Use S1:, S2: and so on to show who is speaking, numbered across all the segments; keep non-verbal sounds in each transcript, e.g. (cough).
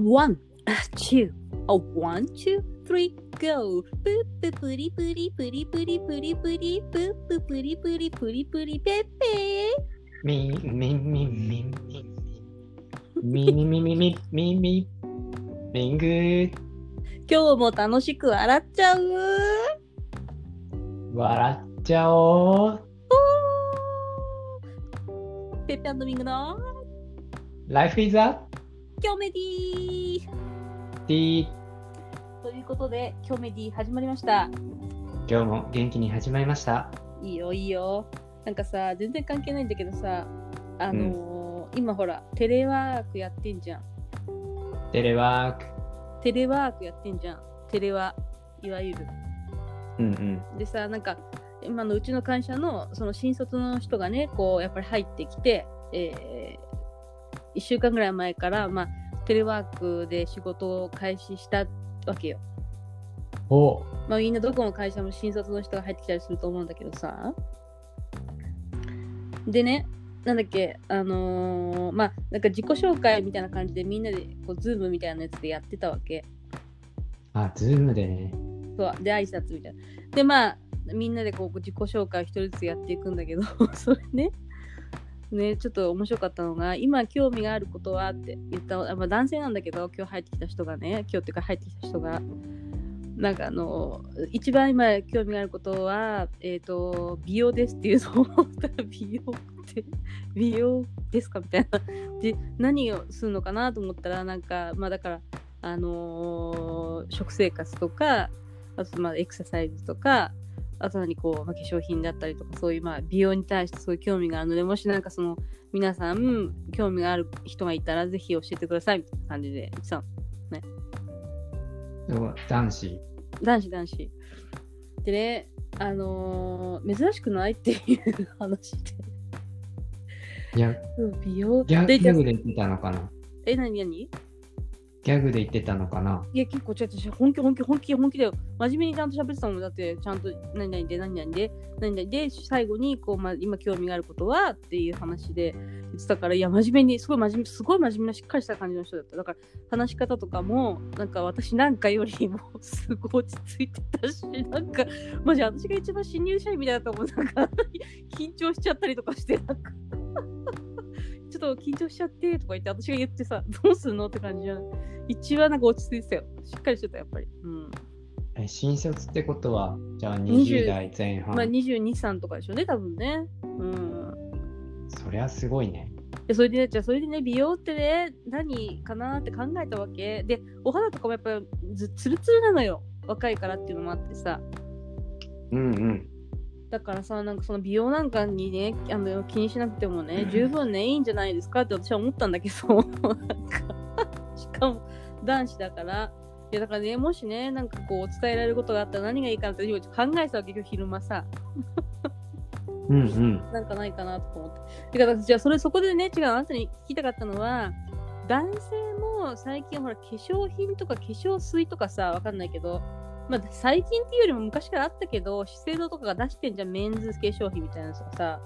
S1: one, two, a one, two, three, go. プッププリプリプリプリプリプリプッププリプリプリプリペッペー。
S2: みみみみみみみみみみみみみんぐ
S1: 今日も楽しく笑っちゃう。
S2: 笑っちゃおう
S1: おーペッペミングの
S2: Life is a
S1: キョメディー
S2: D
S1: ということで、キョメディー始まりました。
S2: 今日も元気に始まりました
S1: いいよいいよなんかさ全然関係ないんだけどさあのー今ほらテレワークやってんじゃん
S2: テレワー
S1: テレワークやってんじゃんテレワいわゆる
S2: クうんうん
S1: でさなんか今のうちの会社のその新卒の人がねこうやっぱり入ってきて、え1週間ぐらい前から、まあ、テレワークで仕事を開始したわけよ、
S2: おう
S1: まあ、みんなどこの会社も新卒の人が入ってきたりすると思うんだけどさでねなんだっけあのーまあなんか自己紹介みたいな感じでみんなでこうズームみたいなやつでやってたわけ
S2: あズームでね
S1: そうで挨拶みたいなでまあみんなでこう自己紹介を一人ずつやっていくんだけど (laughs) それねねちょっと面白かったのが今興味があることはって言った、まあ、男性なんだけど今日入ってきた人がね今日っていうか入ってきた人がなんかあの一番今興味があることはえっ、と美容ですっていうのを思ったら美容って美容ですかみたいなで何をするのかなと思ったらなんかまあだからあのー食生活とかあとまあエクササイズとかあと何こう、まあ、化粧品だったりとかそういうまあ美容に対してそういう興味があるのでもしなんかその皆さん興味がある人がいたらぜひ教えてくださいみたいな感じで言ってたの
S2: でも男子
S1: 男子男子でねあのー珍しくないっていう話で
S2: いや
S1: うん美容
S2: ギャ
S1: で
S2: ギャグで言ってたのかな
S1: え何何
S2: ギャグで言ってたのかない
S1: や結構違う違う本気本気本気本気だよ真面目にちゃんと喋ってたもんだってちゃんと何々で何々で何々で最後にこう、まあ、今興味があることはっていう話で言ってたからいや真面目にすごい真面目すごい真面目なしっかりした感じの人だっただから話し方とかもなんか私なんかよりもすごい落ち着いてたしなんかマジ私が一番新入社員みたいだと思うなんか緊張しちゃったりとかしてなんか (laughs) ちょっと緊張しちゃってとか言って私が言ってさどうすんのって感じじゃない一番なんか落ち着いてたよ。しっかりしてた、やっぱり。うん。
S2: え新卒ってことはじゃあ
S1: 20
S2: 20代前半、
S1: まあ、22、3とかでしょうね、多分ね。うん。
S2: そりゃすごいね
S1: で、それでね、じゃあ、それでね、美容ってね、何かなって考えたわけ。で、お肌とかもやっぱりずツルツルなのよ。若いからっていうのもあってさ。
S2: うんうん
S1: だからさ、なんかその美容なんかにね、あの気にしなくてもね、十分ね、いいんじゃないですかって私は思ったんだけど、なんか、しかも男子だから、いやだからね、もしね、なんかこう、伝えられることがあったら何がいいかなって今考えてたわけよ、昼間さ。
S2: うんうん
S1: なんかないかなとか思って。だから、じゃあそれそこでね、違う、あなたに聞きたかったのは、男性も最近ほら、化粧品とか化粧水とかさ、わかんないけど、まあ、最近っていうよりも昔からあったけど、資生堂とかが出してんじゃん、メンズ化粧品みたいなのとかさ。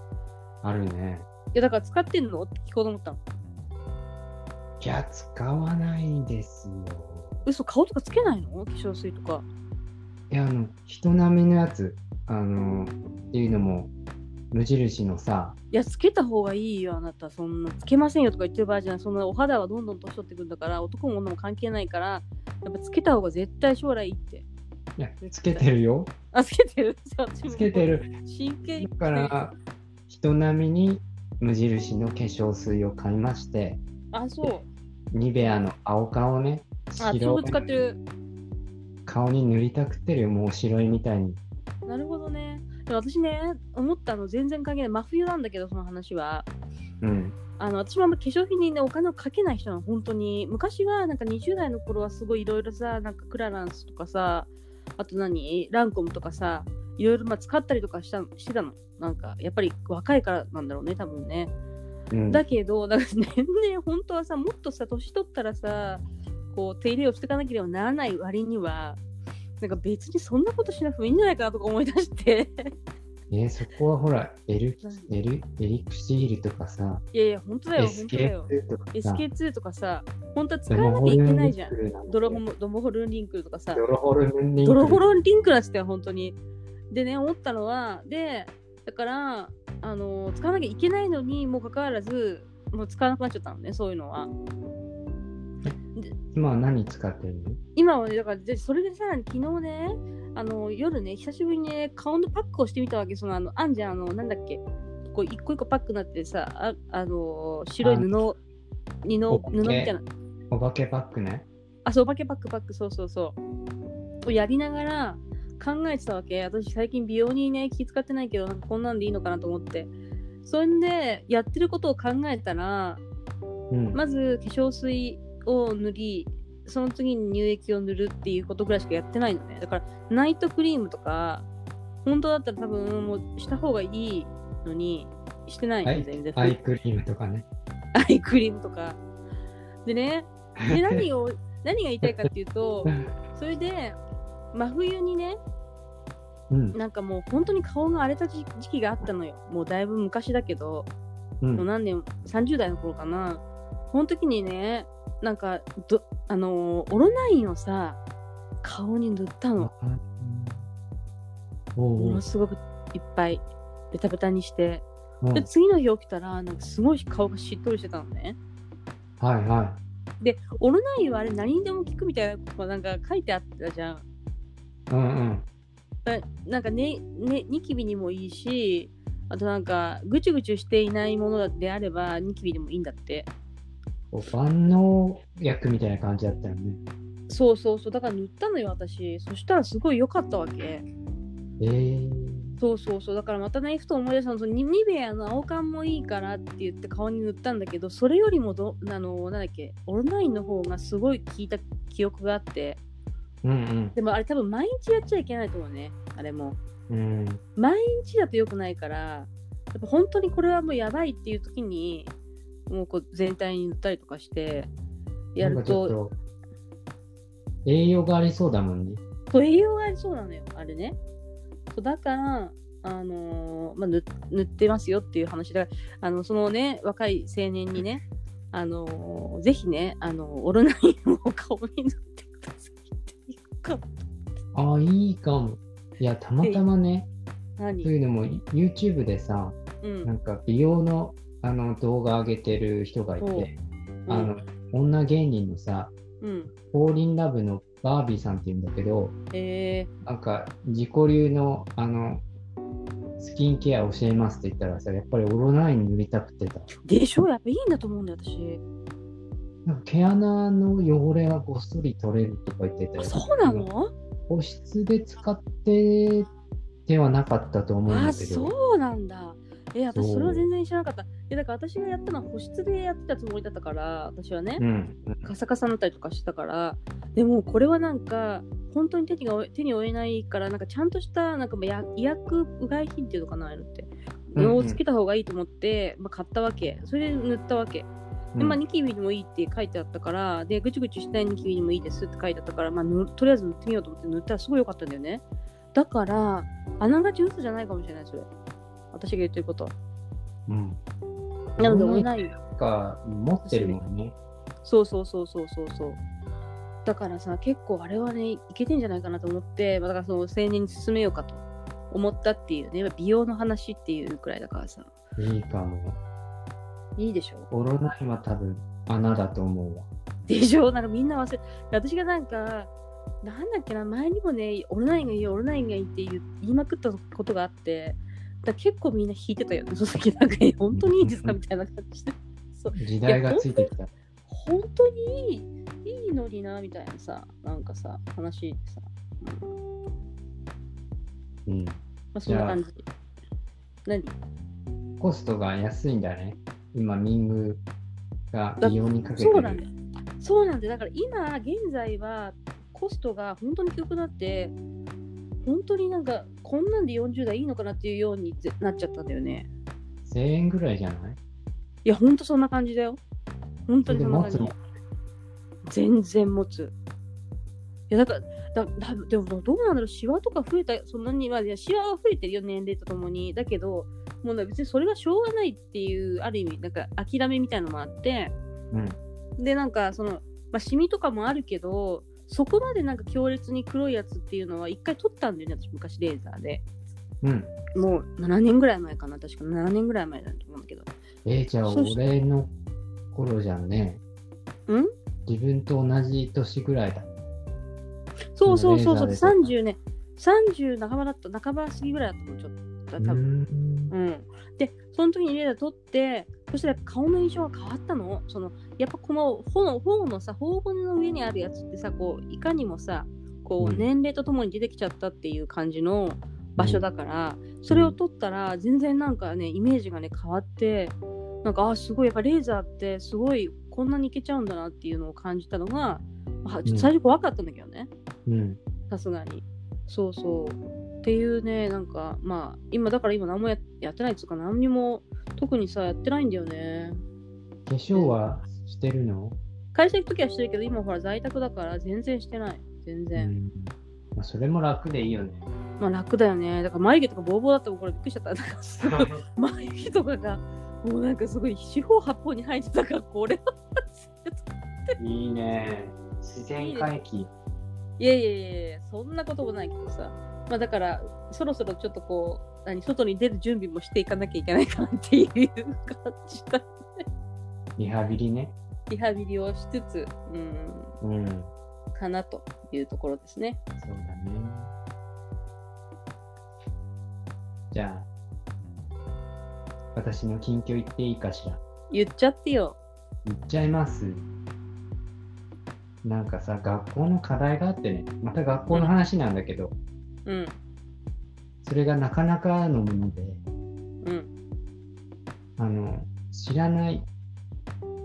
S2: あるね
S1: いや、だから使ってんのって聞こうと思ったの。
S2: いや使わないですよ
S1: 嘘、顔とかつけないの化粧水とか。
S2: いやあの人並みのやつあのっていうのも無印のさ
S1: いや、つけた方がいいよ、あなた。そんな、つけませんよとか言ってる場合じゃない。そんな、お肌はどんどん年取ってくんだから、男も女も関係ないから、やっぱつけた方が絶対将来いいって。
S2: いやつけてるよ
S1: あ、つけてる (laughs)
S2: つけて。る
S1: 真剣に
S2: だから人並みに無印の化粧水を買いまして
S1: あ、そう。
S2: ニベアの青顔ね
S1: あ、私
S2: 白
S1: も使ってる。
S2: 顔に塗りたくてるよもう白いみたいに
S1: なるほどね。でも私ね、思ったの全然関係ない。真冬なんだけど、その話は。
S2: うん
S1: あの私もあんま化粧品にね、お金をかけない人なの、本当に。昔は、なんか20代の頃はすごいいろいろさ、なんかクラランスとかさ、あと何ランコムとかさ、いろいろまあ使ったりとかしたのしてたの。なんか、やっぱり若いからなんだろうね、多分ね。
S2: うん
S1: だけど、なんか年々本当はさ、もっとさ、年取ったらさ、こう手入れをしていかなければならない割には、なんか別にそんなことしなくてもいいんじゃないかなとか思い出して、 (laughs)
S2: えーそこはほら、エルエルエリクシールとかさ、
S1: いやいや、本当だよ、
S2: エス
S1: 本当
S2: ケ
S1: だ
S2: ー
S1: よ。
S2: プとかさ、
S1: SK2 とかさ、本当は使
S2: ド
S1: わ
S2: ロ
S1: な
S2: ホ
S1: きゃ
S2: ル
S1: いけ
S2: ン
S1: な
S2: リ
S1: いじゃ
S2: ン
S1: ん
S2: ク。ルなんて
S1: ドロホモドモホルンリンクルとかさ、
S2: ドロホルンリンク
S1: ド
S2: ル
S1: ロホロンリンクルなっつったよ、本当に。でね、思ったのは、で、だから、あの使わなきゃいけないのにもかかわらず、もう使わなくなっちゃったのね、そういうのは。
S2: 今は何使ってるの
S1: 今はね、だから、でそれでさらに昨日ね、あの夜ね、久しぶりにね、顔のパックをしてみたわけ、その、あの、あんじゃん、あの、なんだっけ、こう、一個一個パックになってさ、あ、あの白い布、布、布みたいな。
S2: お化けバッグね。
S1: あ、そう、お化けパックパック、そうそうそう。をやりながら考えてたわけ。私、最近美容にね、気使ってないけど、なんかこんなんでいいのかなと思って。それで、やってることを考えたら、
S2: うん。
S1: まず化粧水を塗り、その次に乳液を塗るっていうことぐらいしかやってないのね。だから、ナイトクリームとか、本当だったら多分、もうした方がいいのに、してないの、
S2: はい
S1: 全然。
S2: アイクリームとかね。
S1: アイクリームとか。で
S2: (laughs)
S1: ね、で何を、何が言いたいかっていうと、それで真冬にね
S2: うん。
S1: なんかもう本当に顔が荒れた時時期があったのよもうだいぶ昔だけど、
S2: う。
S1: もうん何年30代の頃かなこの時にねなんかどあのーオロナインをさ顔に塗ったの
S2: おう
S1: も
S2: お
S1: の
S2: う
S1: すごくいっぱいベタベタにして
S2: うん
S1: で次の日起きたらなんかすごい顔がしっとりしてたのね
S2: はいは
S1: でオロナインはあれ何にでも効くみたいなことがなんか書いてあったじゃん
S2: い。うんうん。
S1: あなんかねねニキビにもいいしあとなんかぐちゅぐちゅしていないものであればニキビでもいいんだって
S2: こう万能薬みたいな感じだったよね。
S1: そうそうそうだから塗ったのよ私そしたらすごい良かったわけ
S2: えー。
S1: そうそうそうだからまたねふと思い出したのそのニニベアの青缶もいいからって言って顔に塗ったんだけどそれよりもどあのなんだっけオロナインの方がすごい効いた記憶があって
S2: うん
S1: でもあれ多分毎日やっちゃいけないと思うねあれも
S2: うん。うん。
S1: 毎日だと良くないからやっぱ本当にこれはもうやばいっていう時にもうこう全体に塗ったりとかしてや
S2: な
S1: る
S2: んかちょっ
S1: と
S2: と栄養がありそうだもんね。
S1: そう栄養がありそうなのよあれねそうだからあのーまあ、塗塗ってますよっていう話だあのそのね若い青年にねあのーぜひねあのオロナインを顔に塗ってくださいっていうか
S2: ああ、いいかも。いや、たまたまね、そう
S1: 何
S2: いうのも YouTube でさ、
S1: う
S2: なんんか美容のあの動画上げてる人がい
S1: おう
S2: て、あの、女芸人のさ、
S1: うん
S2: フォーリンラブのバービーさんっていうんだけど、
S1: え
S2: なんか自己流のあのスキンケア教えますって言ったらさ、やっぱりオロナイン塗りたくてた。
S1: ー、でしょやっぱいいんだと思うんだよ私
S2: なんか毛穴の汚れがごっそり取れるとか言ってたよ
S1: あ。そうなの
S2: 保湿で使ってではなかったと思うん
S1: あ
S2: だけど。
S1: そうなんだえ私
S2: そう
S1: それは全然知らなかったいやだから私がやったのは保湿でやってたつもりだったから私はね、
S2: うん、
S1: カサカサになったりとかしてたからでもこれはなんか本当に手にが手に負えないからなんかちゃんとしたなんかもうや医薬うがい品っていうのかなああいうのって
S2: うんうん
S1: をつけた方がいいと思って、まあ、買ったわけそれで塗ったわけ
S2: うん
S1: でまあ、ニキビにもいいって書いてあったから、で、ぐちゅぐちゅしないニキビにもいいですって書いてあったから、まあ、塗とりあえず塗ってみようと思って塗ったらすごい良かったんだよね。だから、あながち嘘じゃないかもしれない、それ。私が言ってることは。
S2: うん。
S1: なので、
S2: オ
S1: オ
S2: ン
S1: ン
S2: ラ
S1: ライン。
S2: なんか持ってるもんね。
S1: そうそうそうそうそうそう。だからさ、結構あれはね、いけてんじゃないかなと思って、まあだからその青年に勧めようかと思ったっていうね、美容の話っていうくらいだからさ、
S2: いいかも。
S1: いいでしょ
S2: オロナインは多分穴だと思うわ。
S1: でしょなんかみんな忘れ私がなんかなんだっけな前にもねオロナインがいいよオロナインがいいって言う言いまくったことがあってだから結構みんな引いてたよねその時なんかえ本当にいいですかみたいな感じで
S2: 時代がついてきた。
S1: 本当にいいいいのになみたいなさなんかさ話でさ、うんま
S2: うん。
S1: あ、そんな感じ何
S2: コストが安いんだね。今、ミングが
S1: だ
S2: 美容にかけてる。
S1: そうなんだよそうなんでだから今現在はコストが本当に低くなって本当になんかこんなんで40代いいのかなっていうようにぜなっちゃったんだよね
S2: 1000円ぐらいじゃない
S1: いや本当そんな感じだよ本当にそんな感じ
S2: で持
S1: 全然持ついやだからだだでもどうなんだろうシワとか増えたそんなにまあいやシワは増えてるよ年齢とともにだけどもうな別にそれがしょうがないっていうある意味なんか諦めみたいのもあって
S2: うん。
S1: でなんかその、まあ、シミとかもあるけどそこまでなんか強烈に黒いやつっていうのは一回取ったんだよね私昔レーザーで
S2: うん。
S1: もう7年ぐらい前かな確か7年ぐらい前だと思うんだけど
S2: えー、じゃあ
S1: そし
S2: 俺の頃じゃんね。
S1: うん
S2: 自分と同じ年ぐらいだ。
S1: そうそうそうそ
S2: レーザ
S1: う
S2: ーで取っ
S1: 30ね30半ばだった半ば過ぎぐらいだと思うちょっと多分
S2: うーん
S1: うん、でその時にレーダー撮ってそしたらやっぱ顔の印象が変わったのそのやっぱこの頬頬のさ頬骨の上にあるやつってさこういかにもさこ
S2: う
S1: うん年齢とともに出てきちゃったっていう感じの場所だから、それを撮ったら全然なんかねイメージがね変わってなんかあすごいやっぱレーザーってすごいこんなにいけちゃうんだなっていうのを感じたのがあちょっと最初怖かったんだけどね、
S2: うん。
S1: さすがにそうそうっていうねなんかまあ今だから今何もややってないっつうか何にも特にさやってないんだよね
S2: 化粧はしてるの
S1: 会社行く時はしてるけど今ほら在宅だから全然してない全
S2: う
S1: 然、
S2: ん。まあそれも楽でいい
S1: (laughs)
S2: よね。
S1: まあ楽だよねだから眉毛とかボーボーだったもんこれびっくりしちゃったなんかす
S2: (laughs)
S1: ごい眉毛とかがもうなんかすごい四方八方に生えてたからこれ
S2: いいね。自然回帰。
S1: いやいやいやいやそんなこともないけどさまあだからそろそろちょっとこう何外に出る準備もしていかなきゃいけないかなっていう感じだ
S2: リハビリね。
S1: リハビリをしつつ、うん、
S2: うん。そう
S1: かなというところですね。
S2: だね。じゃあ、私の近況言っていいかしら。
S1: 言っちゃってよ。
S2: 言っちゃいますなんかさ学校の課題があってねまた学校の話なんだけど、
S1: うん、
S2: それがなかなかのもので
S1: うん、
S2: あの知らない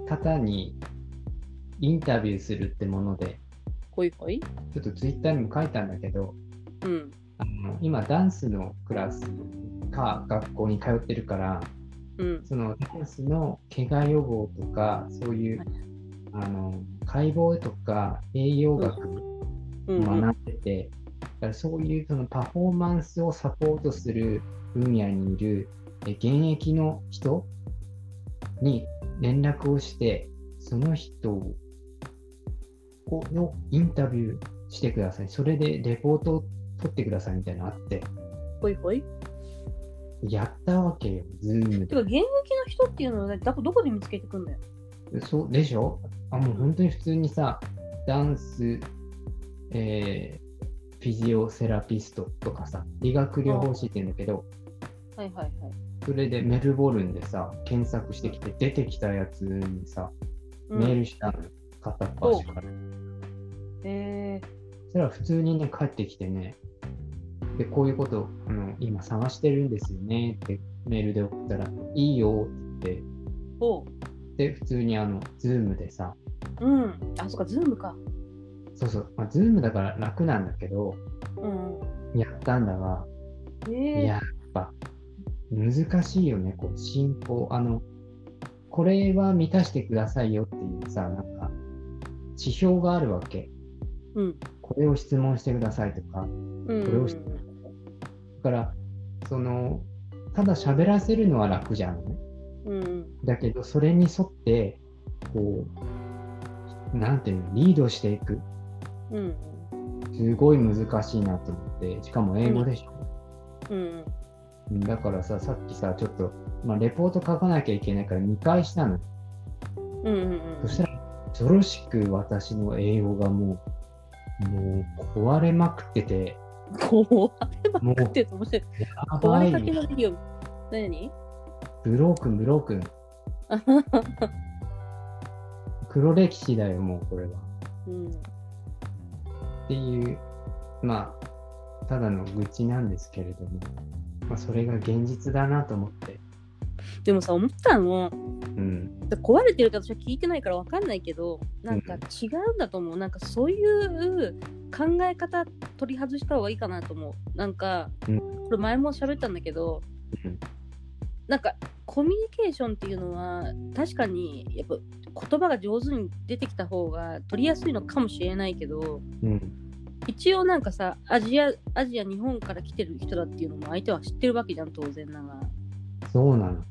S2: 方にインタビューするってもので
S1: ほいほい。
S2: ちょっとツイッターにも書いたんだけど
S1: うん、
S2: あの今ダンスのクラスか学校に通ってるから
S1: うん、
S2: そのダンスの怪我予防とかそういうあの解剖とか栄養学、
S1: うん、うん、
S2: 学んでて、だからそういうそのパフォーマンスをサポートする分野にいるえ現役の人に連絡をして、その人をこのインタビューしてください。それでレポートを取ってくださいみたいなのあって、
S1: ほいほい。
S2: やったわけよ、ズーム
S1: てか、
S2: で。
S1: 現役の人っていうのは、ね、だどこで見つけてくんだよ。
S2: そうでしょあもう本当に普通にさ、ダンス、えーフィジオセラピストとかさ、理学療法士って言うんだけど、
S1: はいはいはい。
S2: それでメルボルンでさ、検索してきて、出てきたやつにさ、
S1: うん、
S2: メールしたの、片っ端から。
S1: え
S2: そしたら普通にね、帰ってきてね、で、こういうこと、あの今探してるんですよねってメールで送ったら、いいよって言っ
S1: ー、ほ
S2: て、で、普通にあの、ズームでさ、
S1: う。うん。あ、そっか、ズームか。
S2: そうそう、まあ、ズームだから楽なんだけど、
S1: うん。
S2: やったんだが、
S1: え
S2: やっ
S1: ー、
S2: ぱ、難しいよね、こう、進行。あの、これは満たしてくださいよっていうさ、なんか、指標があるわけ。
S1: うん。
S2: これを質問してくださいとか。
S1: うん。
S2: これをしだから、その、ただ喋らせるのは楽じゃんね。
S1: うん。
S2: だけど、それに沿って、こう、なんていうの、リードしていく。
S1: うん。
S2: すごい難しいなと思って、しかも英語でしょ。
S1: うん。
S2: うんだからさ、さっきさ、ちょっと、まあ、レポート書かなきゃいけないから見返したの。
S1: うん。うん。
S2: そしたら、よろしく私の英語がもう、もう壊れまくっ
S1: (laughs)
S2: てて、
S1: こう、あ
S2: もう、
S1: ってると面白い。
S2: や
S1: 壊
S2: ば
S1: れ
S2: い
S1: かけ、のビデオ。何 (laughs)
S2: ブロークン、ブロークン、黒歴史だよ、もうこれは。
S1: うん。
S2: っていう、まあ、ただの愚痴なんですけれども、まあ、それが現実だなと思って、
S1: でもさ、思ったの。
S2: うん、
S1: だ壊れてるか私は聞いてないから分かんないけどなんか違うんだと思う、なんかそういう考え方取り外した方がいいかなと思うなんか、
S2: うん
S1: これ前も喋ったんだけど、
S2: うん
S1: なんかコミュニケーションっていうのは確かにやっぱ言葉が上手に出てきた方が取りやすいのかもしれないけど
S2: うん、
S1: 一応なんかさアジアアジア日本から来てる人だっていうのも相手は知ってるわけじゃん当然ながら
S2: そうなの。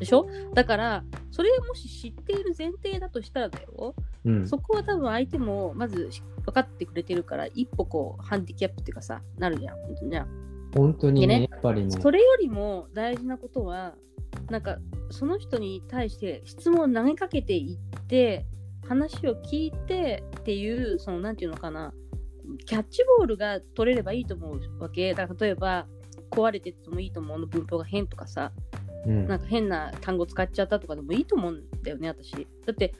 S1: でしょだからそれもし知っている前提だとしたらだよ、
S2: うん。
S1: そこは多分相手もまずし分かってくれてるから一歩こうハンディキャップっていうかさなるじゃん本当にね
S2: 本当に
S1: で
S2: ね
S1: ね、
S2: やっぱりね。
S1: それよりも大事なことはなんかその人に対して質問を投げかけていって話を聞いてっていうそのなんていうのかなキャッチボールが取れればいいと思うわけだから例えば壊れててもいいと思うの文法が変とかさ
S2: うん
S1: なんか変な単語使っちゃったとかでもいいと思うんだよね私だって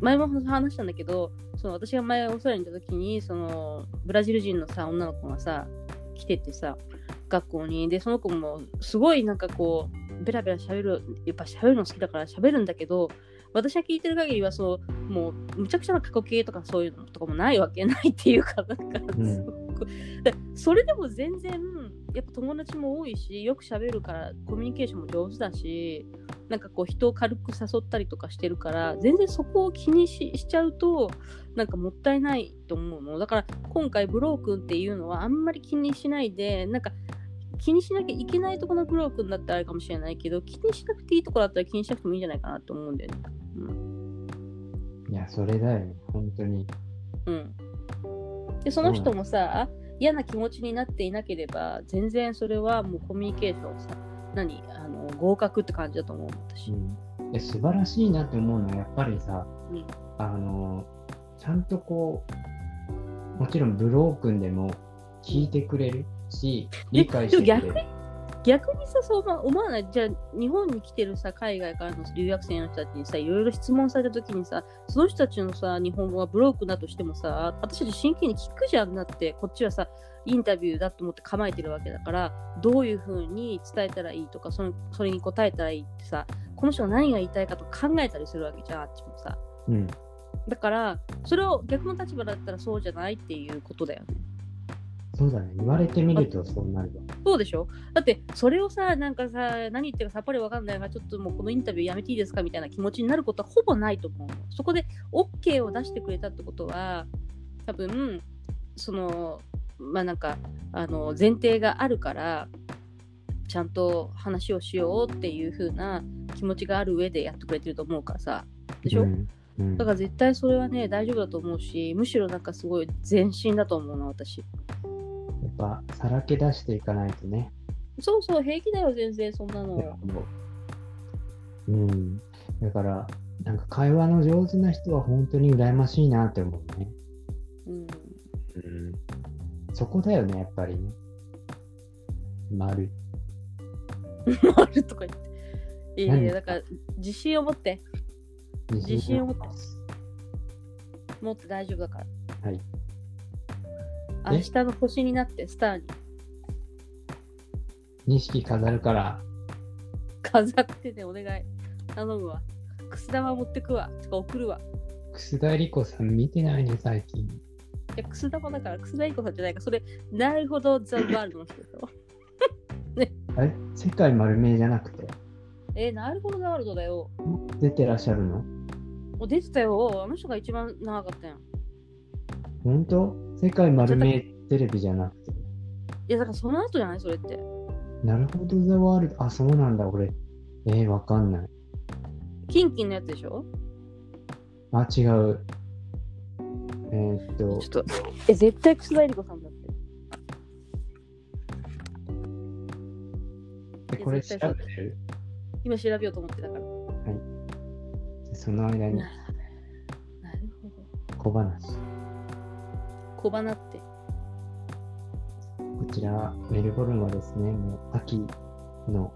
S1: 前も話したんだけどその私が前オーストラリアに行った時にそのブラジル人のさ女の子がさ来ててさ学校にでその子もすごいなんかこうベラベラ喋るやっぱ喋るの好きだから喋るんだけど私が聞いてる限りはそうもうむちゃくちゃな過去形とかそういうのとかもないわけないっていうか (laughs) なんか
S2: うん
S1: すごく、でそれでも全然やっぱ友達も多いしよく喋るからコミュニケーションも上手だしなんかこう人を軽く誘ったりとかしてるから全然そこを気にししちゃうとなんかもったいないと思うのだから今回ブロー君っていうのはあんまり気にしないでなんか気にしなきゃいけないとこのブロー君だったらあれかもしれないけど気にしなくていいとこだったら気にしなくてもいいんじゃないかなと思うんだよね
S2: いや、それだよね。本当に。
S1: うんでその人もさ嫌な気持ちになっていなければ全然それはもうコミュニケーションさ何あの合格って感じだと思う私
S2: うん、え素晴らしいなって思うのはやっぱりさ、
S1: うん
S2: あのちゃんとこうもちろんブロークンでも聞いてくれるし理解してくれ
S1: で
S2: る
S1: も逆にさそう思わないじゃあ日本に来てるさ海外からの留学生の人たちにさいろいろ質問された時にさその人たちのさ日本語がブロークだとしてもさ私たち真剣に聞くじゃんなってこっちはさインタビューだと思って構えてるわけだからどういうふうに伝えたらいいとかそのそれに答えたらいいってさこの人が何が言いたいかとか考えたりするわけじゃんあっちもさ
S2: うん、
S1: だからそれを逆の立場だったらそうじゃないっていうことだよね
S2: そうだね言われてみるとそうなるわ
S1: そうでしょだってそれをさなんかさ何言ってるかさっぱりわかんないからちょっともうこのインタビューやめていいですかみたいな気持ちになることはほぼないと思うのそこで OK を出してくれたってことは多分そのまあなんかあの前提があるからちゃんと話をしようっていう風な気持ちがある上でやってくれてると思うからさでしょ、
S2: うんうん
S1: だから絶対それはね大丈夫だと思うしむしろなんかすごい前進だと思うな私
S2: やっぱさらけ出していかないとね
S1: そうそう平気だよ全然そんなの
S2: うんだからなんか会話の上手な人は本当に羨ましいなって思うね、
S1: うん
S2: うん、そこだよねやっぱりね丸
S1: あるとか言って。いやいや、
S2: 何
S1: だから自信を持って、
S2: 自
S1: 信を持って
S2: ます。
S1: 持って大丈夫だから。
S2: はい。
S1: 明日の星になって、スターに
S2: 錦飾るから、
S1: 飾ってね、お願い。頼むわ。くす玉持ってくわ。とか送るわ。
S2: 楠田理子さん見てないね、最近。
S1: いや、くす玉だから、くすだいこさんじゃないか。それ、なるほど、ザ・ワールドの人でしょ。
S2: あれ世界丸見えじゃなくて、
S1: えーなるほど、ザ・ワールドだよ。
S2: 出てらっしゃるの
S1: もう出てたよ。あの人が一番長かったやん。い
S2: 本当世界丸見えテレビじゃなくて。
S1: や、だからその後じゃないそれって。
S2: なるほど、ザ・ワールド。あ、そうなんだ、俺。えー、わかんない。
S1: キンキンのやつでしょ
S2: あ、違う。えーっ
S1: ちょ
S2: と
S1: っ、と。え、絶対くすだいこさんだって。
S2: えこれ調
S1: 絶
S2: べ
S1: 対
S2: てる
S1: 今調べようと思ってたから。
S2: その間に
S1: ななるほど。
S2: 小話。
S1: 小花って。
S2: こちら、メルボルンはですね、もう秋の、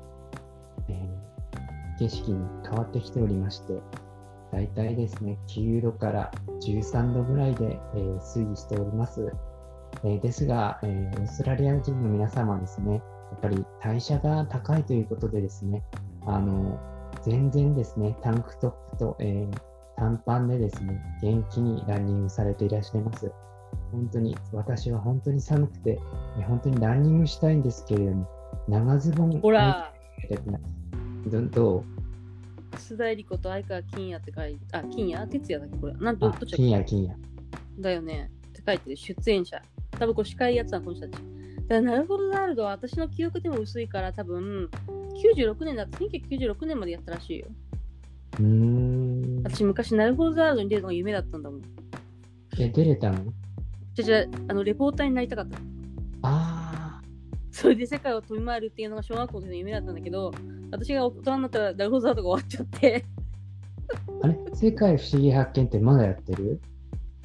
S2: えー景色に変わってきておりまして、だいたいですね、9度から13度ぐらいで、えー推移しております。えーですが、えーオーストラリア人の皆様はですね、やっぱり代謝が高いということでですね、あの全然ですね、タンクトップと、えー短パンでですね、元気にランニングされていらっしゃいます。本当に、私は本当に寒くて、えー本当にランニングしたいんですけれども、長ズボンを
S1: ほら、
S2: 履いてないどどう
S1: 楠田絵理子と相川金也って書いて、あ、金也哲也だっけこれ。なんと、
S2: あ
S1: どっちだっ
S2: 金や金や。
S1: けだよね。って書いてる出演者。多分これ司会やってたのこの人たち。だからなるほどなるほど私の記憶でも薄いから多分96年だって1996年までやったらしいよ。
S2: うーん。
S1: 私昔なるほどなるほどに出るのが夢だったんだもん。
S2: え、出れたの
S1: じゃじゃあのレポーターになりたかった。
S2: あ
S1: それで世界を飛び回るっていうのが小学校の時の夢だったんだけど私が大人になったらなるほどなるほどが終わっちゃって。
S2: あ。あれ世界不思議発見ってまだやってる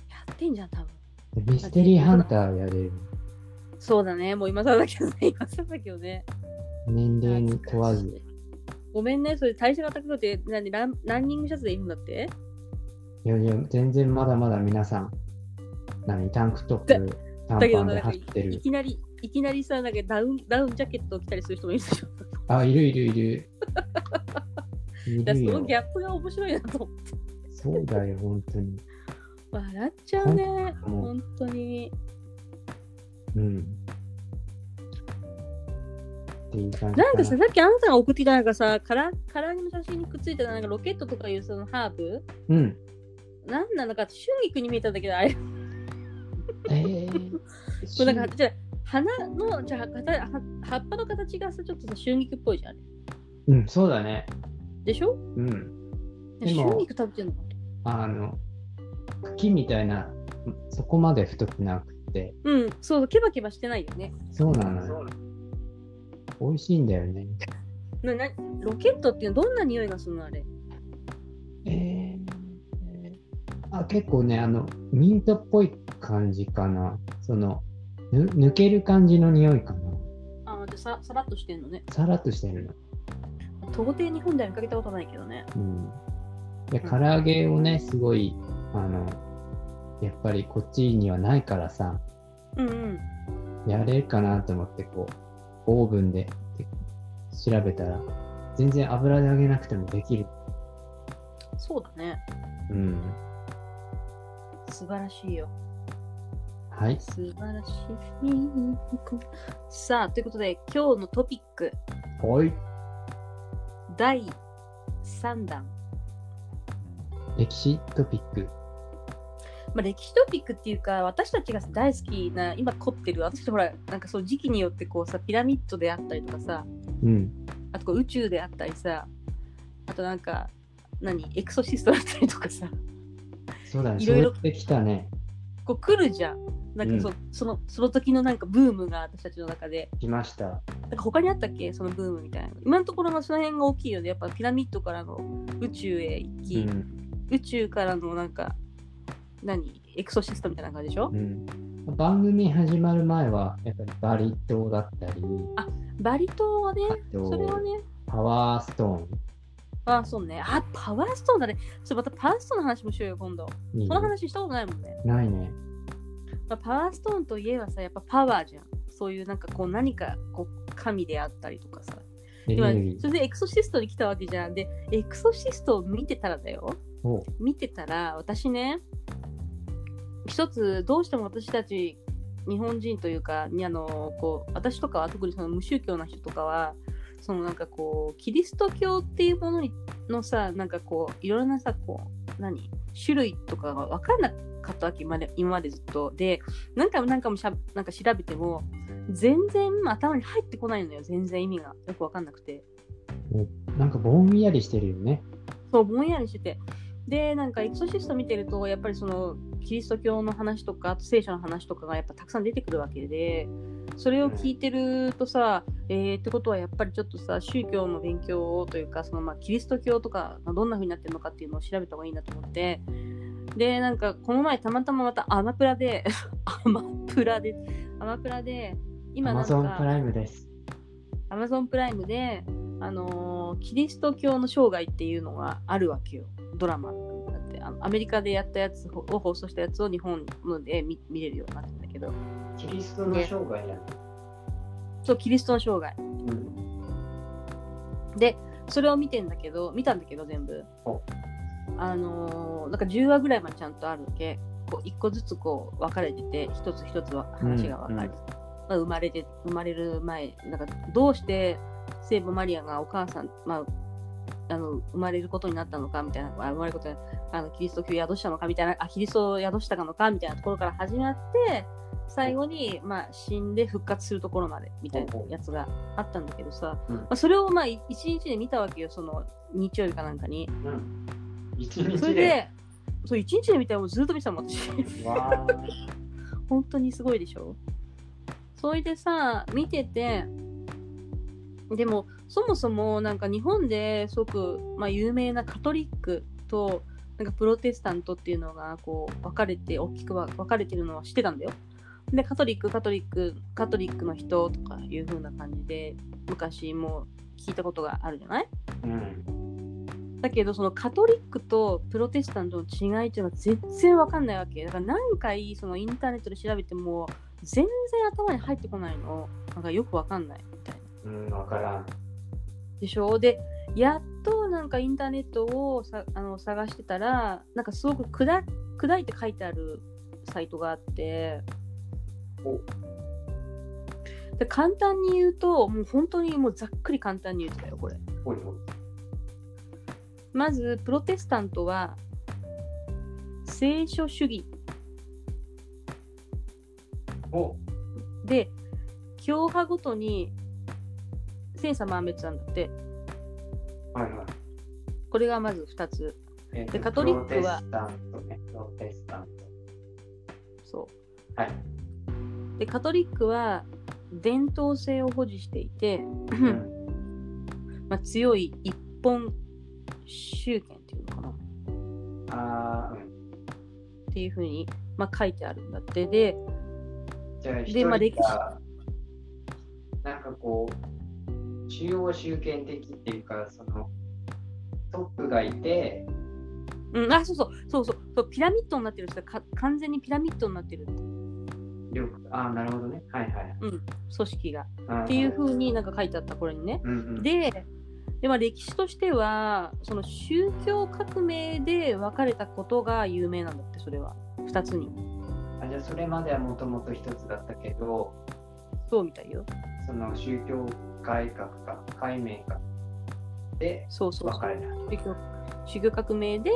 S1: やってんじゃん多分。
S2: ミステリーハンターやれる。
S1: そうだねもう今更だけどね今更だけどね。
S2: 年齢に問わず。
S1: ごめんねそれ代謝が高くて何ランランニングシャツでいるんだって
S2: いやいや、全然まだまだ皆さん、何、タンクトップ、短
S1: だけ
S2: パ
S1: ど
S2: ン
S1: な
S2: で
S1: んか
S2: 走って
S1: い
S2: る。
S1: きなり、いきなりさ、なんかダウン、ダウンジャケットを着たりする人もいるでしょ。
S2: あ、いるいるい
S1: (laughs)
S2: る。い
S1: だからそ
S2: る
S1: の
S2: よ
S1: ギ。ャップが面白いなと思って。
S2: そうだよ、本当に。
S1: 笑っちゃうね。
S2: もう
S1: 本当に。
S2: うん。っていう感じ
S1: なんかさ、さっきあなたが送ってきたなんかさ、から唐揚げの写真にくっついたなんかロケットとかいうそのハーブ
S2: うん。
S1: なんなのか、春菊に見えたんだけど、あれ、こ
S2: え
S1: (laughs)
S2: ー、
S1: うなんか、じゃあ花の、じゃあ、かたは葉っぱの形がさ、ちょっとさ、春菊っぽいじゃん。あれ
S2: うん、そうだね。
S1: でしょ
S2: うん。
S1: 春
S2: でも
S1: 菊食べてるのかな
S2: あの、茎みたいな、そこまで太くなくて、
S1: うん、そう、ケバケバしてないよね。
S2: そうなのよ。美味しいんだよね。
S1: ななロケットっていうのはどんな匂いがするのあれ。
S2: えーあ結構ねあのミントっぽい感じかなそのぬ抜ける感じの匂いかな
S1: ああ、じゃあさ、さらっとしてんのね。
S2: さらっとしてるの、
S1: 到底日本では見かけたことないけどね。
S2: うん、で唐揚げをねすごいあのやっぱりこっちにはないからさ
S1: うんうん。
S2: やれるかなと思ってこうオーブンでって調べたら全然油で揚げなくてもできる、
S1: そうだね。
S2: うん、
S1: 素晴らしいよ。
S2: はい
S1: 素晴らしい。さあ、ということで、今日のトピック、
S2: はい
S1: 第3弾。
S2: 歴史トピック
S1: まあ、歴史トピックっていうか、私たちが大好きな、今凝ってる、私たちほら、なんかそう、時期によってこうさ、ピラミッドであったりとかさ、
S2: うん
S1: あとこう宇宙であったりさ、あとなんか、何、エクソシストだったりとかさ、
S2: そうだね
S1: いろいろ
S2: そうやってきたね
S1: こう来るじゃん。なんかそ,、そのその時のなんかブームが私たちの中で
S2: 来ました
S1: なんか他にあったっけそのブームみたいな。今のところのその辺が大きいよね。やっぱピラミッドからの宇宙へ行き、
S2: うん
S1: 宇宙からのなんか、何エクソシストみたいな感じでしょ、
S2: うん、番組始まる前はやっぱりバリ島だったり
S1: バリ島はね、
S2: あ
S1: それは
S2: と
S1: ね、
S2: パワースト
S1: あ、そうね。あ、パワーストーンだね。それまたパワーストーンの話もしようよ、今度。
S2: ーンいい
S1: この話したことないもんね。
S2: ないね
S1: まあ、パワーストーンといえばさ、やっぱパワーじゃん。そういうなんかこう何かこう神であったりとかさ。
S2: エネ
S1: 今
S2: ルギ
S1: それでエクソシストに来たわけじゃん。で、エクソシストを見てたらだよ。
S2: ーを
S1: 見てたら私ね一つどうしても私たち日本人というかにあのこう私とかは特にその無宗教な人とかはそのなんかこうキリスト教っていうものにのさなんかこういろんなさこう何種類とかが分かんなかったわけ今まで今までずっとで何回も何回もしゃなんか調べても全然頭に入ってこないのよ全然意味がよく分かんなくて。
S2: なんかぼんやりしてるよね
S1: そうぼんやりしててでなんかエクソシスト見てるとやっぱりそのキリスト教の話とかあと聖書の話とかがやっぱたくさん出てくるわけでそれを聞いてるとさ、えーってことはやっぱりちょっとさ宗教の勉強をというかそのまあキリスト教とかがどんな風になってるのかっていうのを調べた方がいいなと思ってでなんかこの前たまたままたアマプラで (laughs) アマプラでアマプラで今
S2: ア
S1: なん
S2: マ
S1: か
S2: ゾンプライムです
S1: アマゾンプライムで、あのーキリスト教の生涯っていうのがあるわけよドラマだってあのアメリカでやったやつをを放送したやつを日本ので見見れるようになってんだけど
S2: キリスト
S1: の
S2: 生涯や
S1: そうキリストの生涯
S2: うん
S1: でそれを見てんだけど見たんだけど全部
S2: お
S1: あのーなんか10話ぐらいまでちゃんとあるわけこう1個ずつこう分かれてて一つ一つは話が分かれて、まあ、生まれて生まれる前なんかどうして聖母マリアがお母さん、まあ、あの生まれることになったのかみたいなあ生まれることにあのキリスト教を宿したのかみたいなあキリストを宿したのかみたいなところから始まって最後に、まあ、死んで復活するところまでみたいなやつがあったんだけどさ、
S2: うん
S1: まあ、それをまあ1日で見たわけよその日曜日かなんかに。
S2: うん。一日で。
S1: それでそう1日で見たらもうずっと見てたもん私。
S2: わー
S1: 本当にすごいでしょそれでさ見ててでもそもそもなんか日本ですごく、まあ、有名なカトリックとなんかプロテスタントっていうのがこう分かれて大きく分かれてるのは知ってたんだよ。でカトリックカトリックカトリックの人とかいう風な感じで昔も聞いたことがあるじゃない
S2: うん。
S1: だけどそのカトリックとプロテスタントの違いっていうのは全然わかんないわけだから何回そのインターネットで調べても全然頭に入ってこないのなんかよくわかんないみたいな
S2: うん、わからん。
S1: でしょでやっとなんかインターネットをさあの探してたらなんかすごく砕砕いて書いてあるサイトがあって
S2: お
S1: で簡単に言うともう本当にもうざっくり簡単に言うとだよこれ
S2: ほいほい。
S1: まずプロテスタントは聖書主義
S2: お
S1: で教派ごとに千差万別なんだって
S2: はいはい。
S1: これがまず2つ
S2: えっと
S1: でカトリックは
S2: プロテスタントね。プロテスタン
S1: そ
S2: ト。はい。
S1: うでカトリックは伝統性を保持していて、
S2: うん。
S1: まあ、強い一本宗権っていうのかな
S2: ああ、うん。
S1: っていうふうに、まあ、書いてあるんだってで
S2: じゃあ、一
S1: でまあ
S2: 人が、なんかこう、中央集権的っていうか、その、トップがいて、
S1: うんあそうそうそうそうそうピラミッドになってる人はか完全にピラミッドになってる
S2: よく、ああ、なるほどね。はいはい
S1: 組織が
S2: あー。
S1: っていうふうになんか書いてあったこれにね
S2: うんうん、
S1: でで、まあ、歴史としてはその宗教革命で分かれたことが有名なんだってそれは2つに
S2: あじゃあそれまではもともと一つだったけど
S1: そうみたいよ
S2: その宗教改革か解明かで
S1: そうそう
S2: 分
S1: そ
S2: か
S1: う
S2: れ
S1: 宗
S2: た
S1: 教宗教革命で、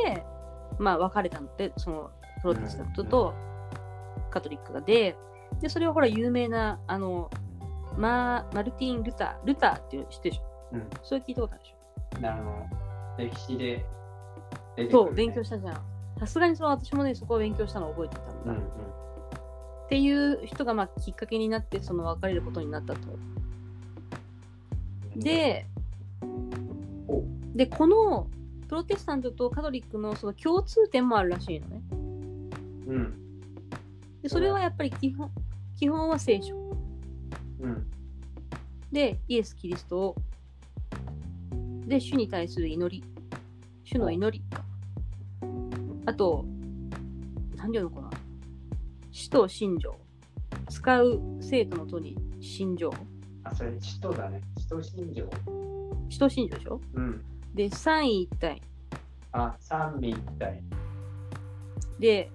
S1: まあ、分かれたのってそのプロテスタントとカトリックがででそれはほら有名なあのマーマルティン・ルタールターっていうの知ってるでしょ、
S2: うん
S1: それ聞いたことあるでしょ
S2: あの歴史で出てく
S1: そ
S2: る
S1: う
S2: ね
S1: 勉強したじゃんさすがにその私もねそこを勉強したのを覚えてたんだ、
S2: うんうん
S1: っていう人がまあきっかけになってその別れることになったと。で
S2: お
S1: でこのプロテスタントとカトリックのその共通点もあるらしいのね。
S2: うん
S1: でそれはやっぱり基本基本は聖書
S2: うん
S1: でイエス・キリストをで主に対する祈り主の祈りかあと何て言うのかな使徒信条使う生徒の徒に信条
S2: あそれ使徒だね使徒信条
S1: 使徒信条でしょ
S2: うん
S1: で三位一体
S2: あ三位一体
S1: で、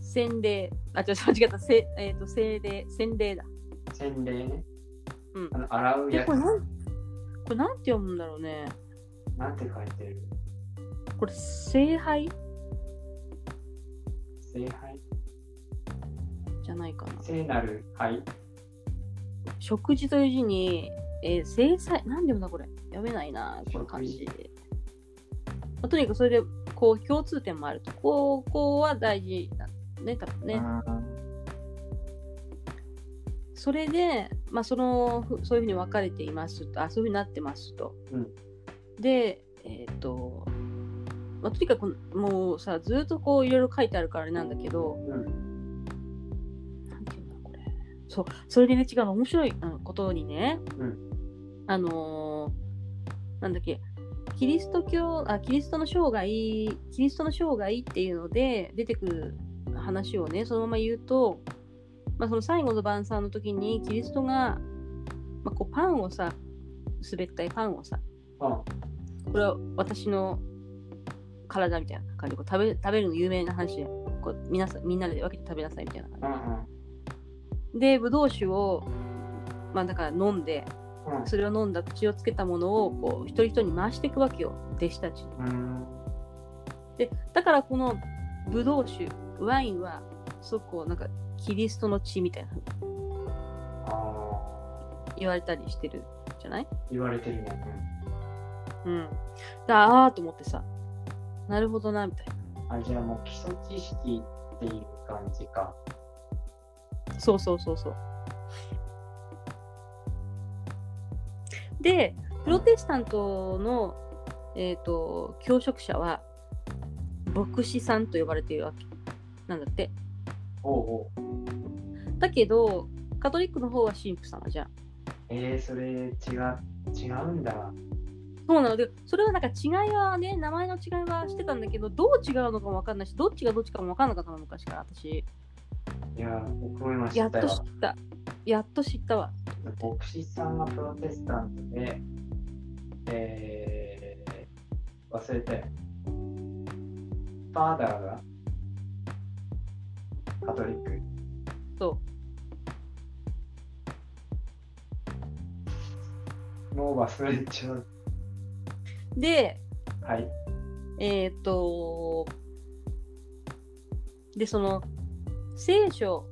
S1: 洗礼、あ、ちょっ (laughs) と間違った、せえっ、と、洗礼、洗礼だ。
S2: 洗礼ね
S1: うん
S2: あの洗う
S1: で、
S2: やつ
S1: これなん、これなんて読むんだろうね。
S2: なんて書いてる
S1: これ、聖杯
S2: 聖杯
S1: じゃないかな。
S2: 聖なる灰
S1: 食事という字に、えー、聖祭、なんて読むんだこれ。読めないな、この漢字。まあとにかくそれで、こう、共通点もあると。こう、こうは大事だね、多分ね。
S2: あ
S1: それで、まあ、そのふそういうふうに分かれていますとあそういうふうになってますと。
S2: うん
S1: で、えっとまあ、とにかくもうさずっとこういろいろ書いてあるからあれなんだけど
S2: ーうん
S1: なんていうんだこれそうそれでね違うの面白いうんことにね、
S2: うん
S1: あのーなんだっけキリスト教あキリストの生涯キリストの生涯っていうので出てくる話をねそのまま言うと、まあ、その最後の晩餐の時にキリストが、まあ、こうパンをさ滑ったいパンをさ
S2: あ
S1: これは私の体みたいな感じでこう食べ食べるの有名な話でこう皆さんみんなで分けて食べなさいみたいな感
S2: うん
S1: じでぶどう酒をまあだから飲んで
S2: ううん
S1: それを飲んだ口をつけたものをこう一人一人に回していくわけよ弟子たちに。
S2: うん
S1: でだからこのブドウ酒ワインはすごくこうなんかキリストの血みたいな風に
S2: あ
S1: 言われたりしてるじゃない
S2: ー言われてるね、
S1: うん。だああーと思ってさなるほどなみたいな。
S2: うん、あじゃあもう基礎知識っていう感じか
S1: そうそうそうそう。で、プロテスタントの、えー、と教職者は牧師さんと呼ばれているわけなんだって。
S2: おうおう
S1: だけど、カトリックの方は神父様じゃん。
S2: えー、それ違う違うんだ
S1: そうなので、それはなんか違いはね、名前の違いはしてたんだけど、どう違うのかも分かんないし、どっちがどっちかも分かんなかったの、昔から私。
S2: いや僕も今知
S1: や
S2: っ
S1: ったと
S2: よ
S1: 知った。やっと知ったわ。
S2: 牧師さんがプロテスタントでえー、忘れたよファーダーがカトリック
S1: そ
S2: もう忘れちゃう
S1: う。で、
S2: はい
S1: えーっと、で、その、聖書、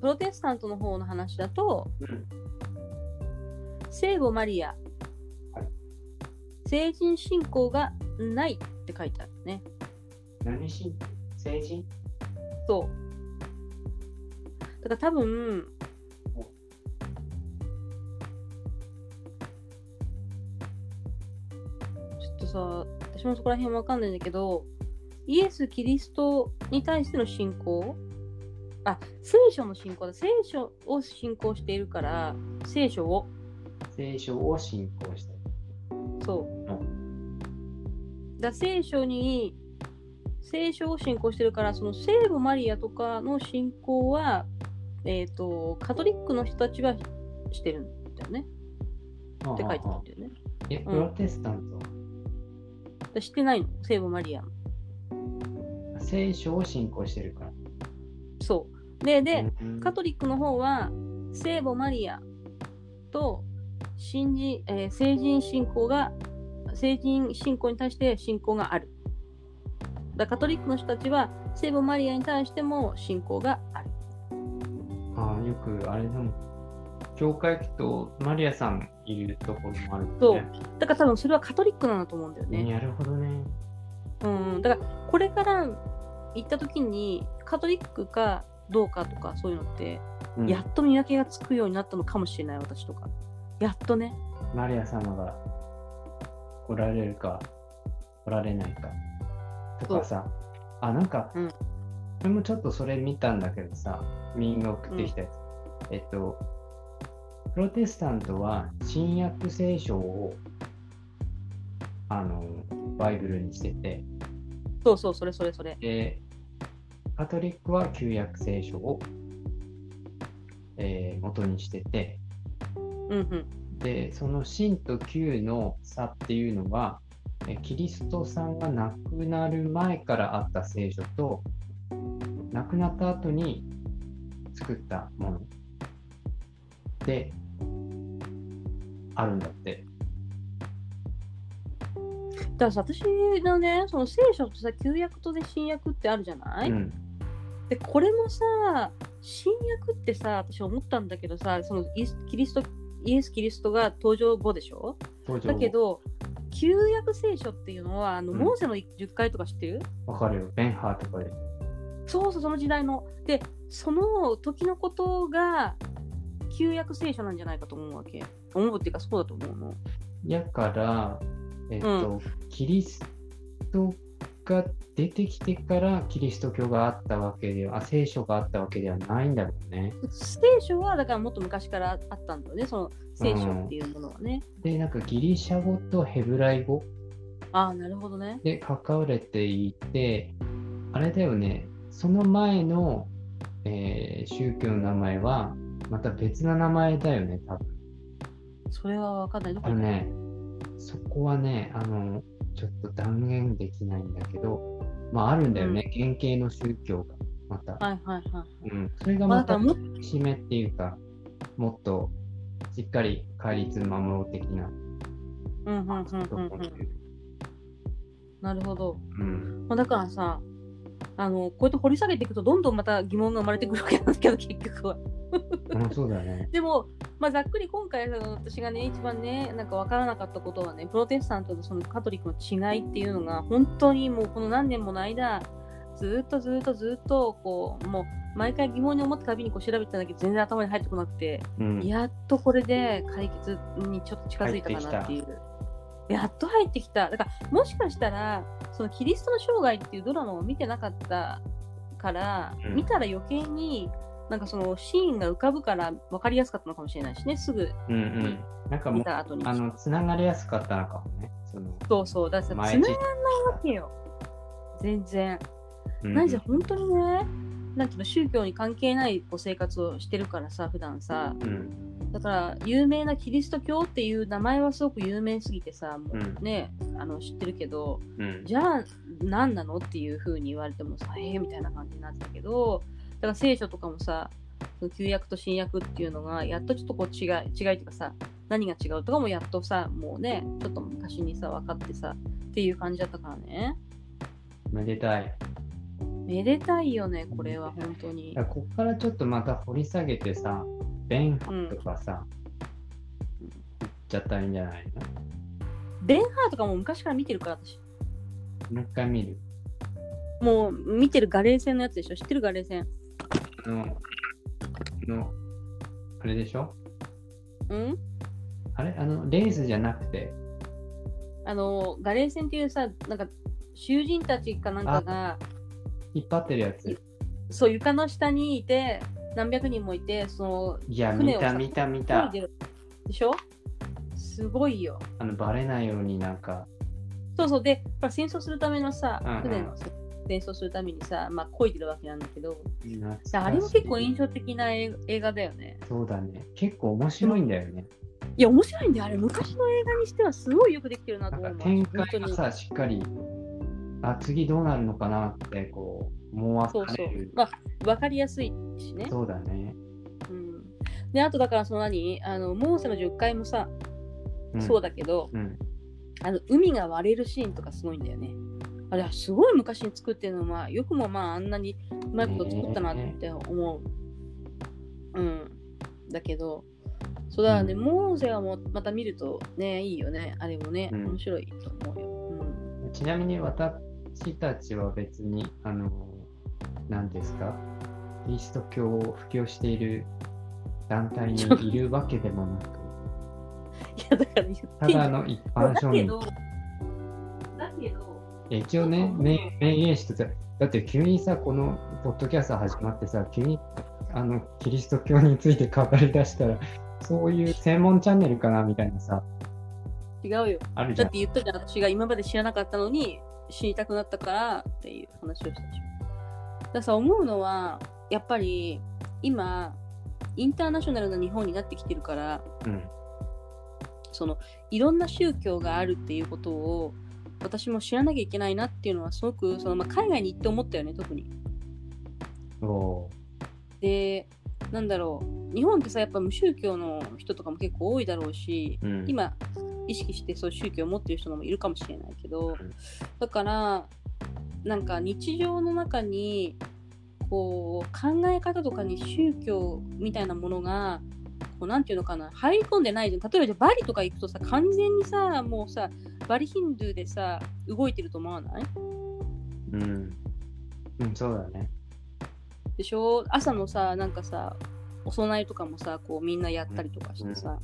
S1: プロテスタントの方の話だと、
S2: うん
S1: 聖母マリア、成人信仰がないって書いてあるね。
S2: 何し成人
S1: そう。だから多分
S2: お、
S1: ちょっとさ、私もそこら辺わかんないんだけど、イエス・キリストに対しての信仰あ、聖書の信仰だ。聖書を信仰しているから、聖書を。
S2: 聖書を信仰して
S1: そう
S2: う。
S1: だ聖書に聖書を信仰してるからその聖母マリアとかの信仰は、えー、とカトリックの人たちはしてるんだよね
S2: っ
S1: って書いてあるんだよね。
S2: えプロテスタン
S1: だしてないの聖母マリアの。
S2: ト、聖書を信仰してるから
S1: そう。でで、
S2: うん
S1: カトリックの方は聖母マリアと新人、えー成人信仰が成人信仰に対して信仰がある。だカトリックの人たちは聖母マリアに対しても信仰がある。
S2: ああよくあれでも教会行くとマリアさんいるところもある
S1: そ
S2: も
S1: うん
S2: ね
S1: だから多分それはカトリックなんだと思うんだよ
S2: ね
S1: ね。
S2: なるほどね
S1: うん、だからこれから行った時にカトリックかどうかとかそういうのって、
S2: うん
S1: やっと見分けがつくようになったのかもしれない私とか。やっとね。
S2: マリア様が来られるか来られないかとかさあなんか、
S1: うん
S2: 俺もちょっとそれ見たんだけどさみんが送ってきたやつ、えっとプロテスタントは新約聖書をあのバイブルにしてて
S1: そうそう、それそれそれ。
S2: でカトリックは旧約聖書を、えー元にしてて
S1: うんうん。
S2: でその真と旧の差っていうのはえキリストさんが亡くなる前からあった聖書と亡くなった後に作ったものであるんだって。
S1: だからさ私のねその聖書とさ旧約とで新約ってあるじゃない、
S2: うん
S1: でこれもさ新約ってさ私思ったんだけどさそのイエスキリストイエス・キリストが登場後でしょ
S2: 登場
S1: だけど旧約聖書っていうのはあの、
S2: うん
S1: モーセの10回とか知ってる
S2: わかるよ。ベンハーとかで。
S1: そうそうその時代のでその時のことが旧約聖書なんじゃないかと思うわけ思うっていうかそうだと思うの
S2: やから、えっとキリストが出てきてからキリスト教があったわけではあ聖書があったわけではないんだろうね。
S1: 聖書はだからもっと昔からあったんだよねその聖書っていうものはね、
S2: で、なんかギリシャ語とヘブライ語
S1: ああなるほどね
S2: で書かれていて、あれだよね、その前の、えー宗教の名前は、また別な名前だよね、多分。
S1: それは分かんない。ど
S2: あ
S1: こ
S2: のね、そこはね、あの、ちょっと断言できないんだけど、まああるんだよね、原型の宗教が、また。
S1: はいはいはい。
S2: うん、それが
S1: まあ
S2: ま
S1: だから
S2: た
S1: もっ
S2: 締めっていうか、もっとしっかり戒律守ろう的な
S1: うんうんうん
S2: と
S1: うん
S2: こ
S1: うん
S2: で、
S1: なるほど、
S2: うん、
S1: まあ、だからさあのこうやって掘り下げていくとどんどんまた疑問が生まれてくるわけなんですけど (laughs) 結局は
S2: あそうだよね。
S1: でも、まあ、ざっくり今回その私がね一番ねなんか分からなかったことはねプロテスタントとそのカトリックの違いっていうのが本当にもうこの何年もの間ずーっとずーっとずーっとこうもう毎回疑問に思ったたびにこう調べてたんだけど全然頭に入ってこなくて、
S2: うん、
S1: やっとこれで解決にちょっと近づいたかなっていう。やっと入ってきた。だからもしかしたらそのキリストの生涯っていうドラマを見てなかったから、
S2: うん
S1: 見たら余計になんかそのシーンが浮かぶから分かりやすかったのかもしれないしねすぐ
S2: うんうん。なんかも
S1: 見
S2: う
S1: た後に
S2: あの繋がりやすかったのかもね。その
S1: そうそうだってさ
S2: 前
S1: つな
S2: 時
S1: がんないわけよ全然、
S2: うん
S1: なんじゃ本当にねなんていうの宗教に関係ないこう生活をしてるからさ普段さ
S2: うん
S1: だから有名なキリスト教っていう名前はすごく有名すぎてさも
S2: う
S1: うんねあの知ってるけど
S2: うん
S1: じゃあ何なのっていう風に言われてもさえー、みたいな感じになってたけどだから聖書とかもさその旧約と新約っていうのがやっとちょっとこう違い違いっていうかさ何が違うとかもやっとさもうねちょっと昔にさ分かってさっていう感じだったからね
S2: めでたい。
S1: めでたいよねこれは本当に
S2: だからこっからちょっとまた掘り下げてさ、弁法とかさ、
S1: うん
S2: 言っちゃったらいいんじゃない
S1: ベンハーとかも昔から見てるから私
S2: のもう一回見る。
S1: もう見てるガレー戦のやつでしょ知ってるガレー戦
S2: あの、あの、あれでしょ
S1: うん
S2: あれあの、レースじゃなくて、
S1: あのガレー戦っていうさなんか囚人たちかなんかが
S2: 引っ張ってるやつ。
S1: そう床の下にいて何百人もいてその
S2: いや、見
S1: 船を
S2: た
S1: さ
S2: 見た見
S1: 漕い
S2: た
S1: で。るでしょすごいよ
S2: あの、バレないようになんか、
S1: そうそうでほら戦争するためのさ
S2: うんうん
S1: 船のさ戦争するためにさまあ漕いでるわけなんだけど
S2: 懐かしい
S1: あれも結構印象的な映映画だよね
S2: そうだね。結構面白いんだよね。
S1: いや面白いんだよあれ昔の映画にしてはすごいよくできてるな
S2: な
S1: と
S2: ん
S1: 思
S2: か
S1: う
S2: 展
S1: 本当
S2: 開が
S1: に
S2: さ、しっかり、あ、次どうなるのかなって、こう、思わ
S1: そう
S2: さ
S1: そ
S2: れ
S1: う
S2: る。
S1: まあ分かりやすいしね
S2: そうだね。
S1: うんであとだからその何あのモーセの10回もさ、そう
S2: だ。
S1: だけど
S2: うん。
S1: あの海が割れるシーンとかすごいんだよね。あれはすごい昔に作ってるのはよくもまああんなにうまいこと作ったなって思う。うん。だけど、そうだね、
S2: うん
S1: モーゼはもうまた見るとね、いいよね。あれもね、
S2: うん
S1: 面白いと思うよ。
S2: ちなみに私たちは別に、あの、何ですか、キリスト教を布教している団体にいるわけでもな
S1: う
S2: く、
S1: ん、いや、だから言って
S2: た
S1: んじ
S2: だ
S1: ゃん
S2: の一般庶
S1: だけ
S2: 民。
S1: ど、だけど、
S2: 一応ね、ね明言してた。だって急にさ、このポッドキャスト始まってさ、急にあのキリスト教について語り出したら、そういう専門チャンネルかなみたいなさ、
S1: 違うよ。
S2: あるじ
S1: だ
S2: ゃ
S1: っ
S2: ん。
S1: て言ったじゃん、私が今まで知らなかったのに知りたくなったからっていう話をしたでしょ。だからさ、思うのは、やっぱり今、インターナショナルな日本になってきてるから、
S2: うん、
S1: そのいろんな宗教があるっていうことを私も知らなきゃいけないなっていうのはすごくその、まあ、海外に行って思ったよね特に。
S2: そ
S1: でなんだろう日本ってさやっぱ無宗教の人とかも結構多いだろうし、
S2: う。うん、
S1: 今意識してそう宗教を持ってる人もいるかもしれないけど
S2: うん
S1: だからなんか日常の中にこう考え方とかに宗教みたいなものがこうなんていうのかな入り込んでないじゃん例えばじゃあバリとか行くとさ完全にさもうさバリヒンドゥーでさ動いてると思わない
S2: うん。うん、そうだね。
S1: でしょ朝のさなんかさお供えとかもさこうみんなやったりとかしてさ、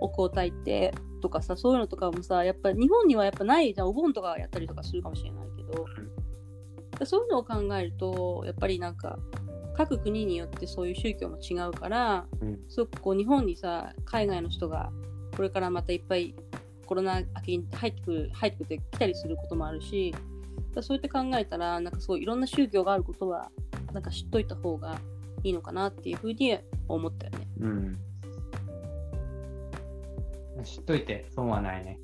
S1: お香炊いてとかさそういうのとかもさやっぱ日本にはやっぱないじゃんお盆とかやったりとかするかもしれないけど、でそういうのを考えるとやっぱりなんか各国によってそういう宗教も違うから、
S2: うん
S1: すごくこう日本にさ海外の人がこれからまたいっぱいコロナ明けに入ってくる入ってくるって来たりすることもあるしだからそうやって考えたらなんかそういろんな宗教があることはなんか知っといた方がいいのかなっていうふうに思ったよね。
S2: うん。知っといて損はないね。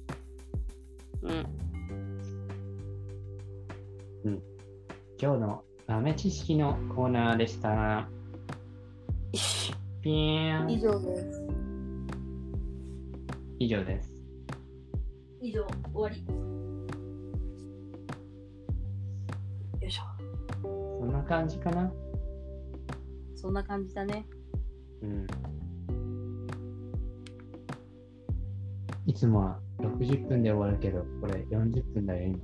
S1: うん。
S2: 今日の豆知識のコーナーでした。ピーン。
S1: 上です。
S2: 以上です。
S1: 以上、終わり。よいしょ。
S2: そんな感じかな
S1: そんな感じだね。
S2: うん。いつもは60分で終わるけど、これ40分だよ、 (laughs) 今。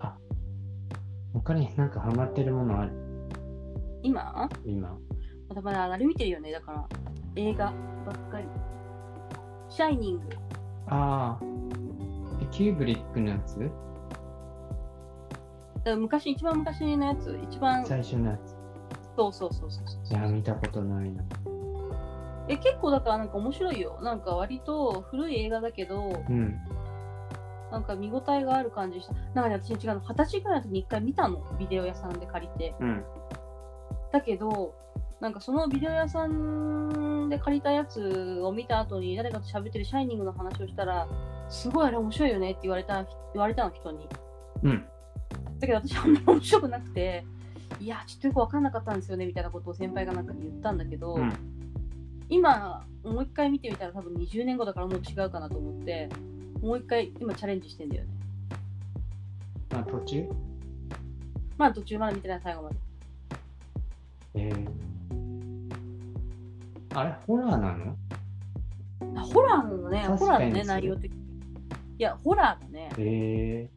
S2: あ、他になんかハマってるものある
S1: 今
S2: 今。
S1: まだまだあれ見てるよね。だから、映画ばっかり。シャイニング。
S2: ああ。えキューブリックのやつ
S1: だから昔、一番昔のやつ、一番、そう
S2: 最初のやつ。
S1: そうそうそう
S2: い
S1: そう
S2: や、見たことないな。
S1: え、結構だからなんか面白いよ。なんか割と古い映画だけど、
S2: うん。
S1: なんか見応えがある感じした。なんかね、私違うの、二十歳ぐらいの時に一回見たの。ビデオ屋さんで借りて。
S2: うん。
S1: だけど、なんかそのビデオ屋さんで借りたやつを見た後に誰かと喋ってるシャイニングの話をしたら、すごいあれ面白いよねって言われた言われたの人に。
S2: うん。
S1: だけど私あんまり面白くなくて、いや、ちょっとよく分かんなかったんですよねみたいなことを先輩がなんかに言ったんだけど、
S2: うん。
S1: 今、もう一回見てみたら多分20年後だからもう違うかなと思って、もう一回今チャレンジしてんだよね。
S2: まあ、途中
S1: まあ途中まで見てない最後まで。
S2: えー、あれ、ホラーなの
S1: あホラーなのね、ホ
S2: 確
S1: ラ
S2: か
S1: ー
S2: に
S1: のね、内容的に。いや、ホラーだね。
S2: え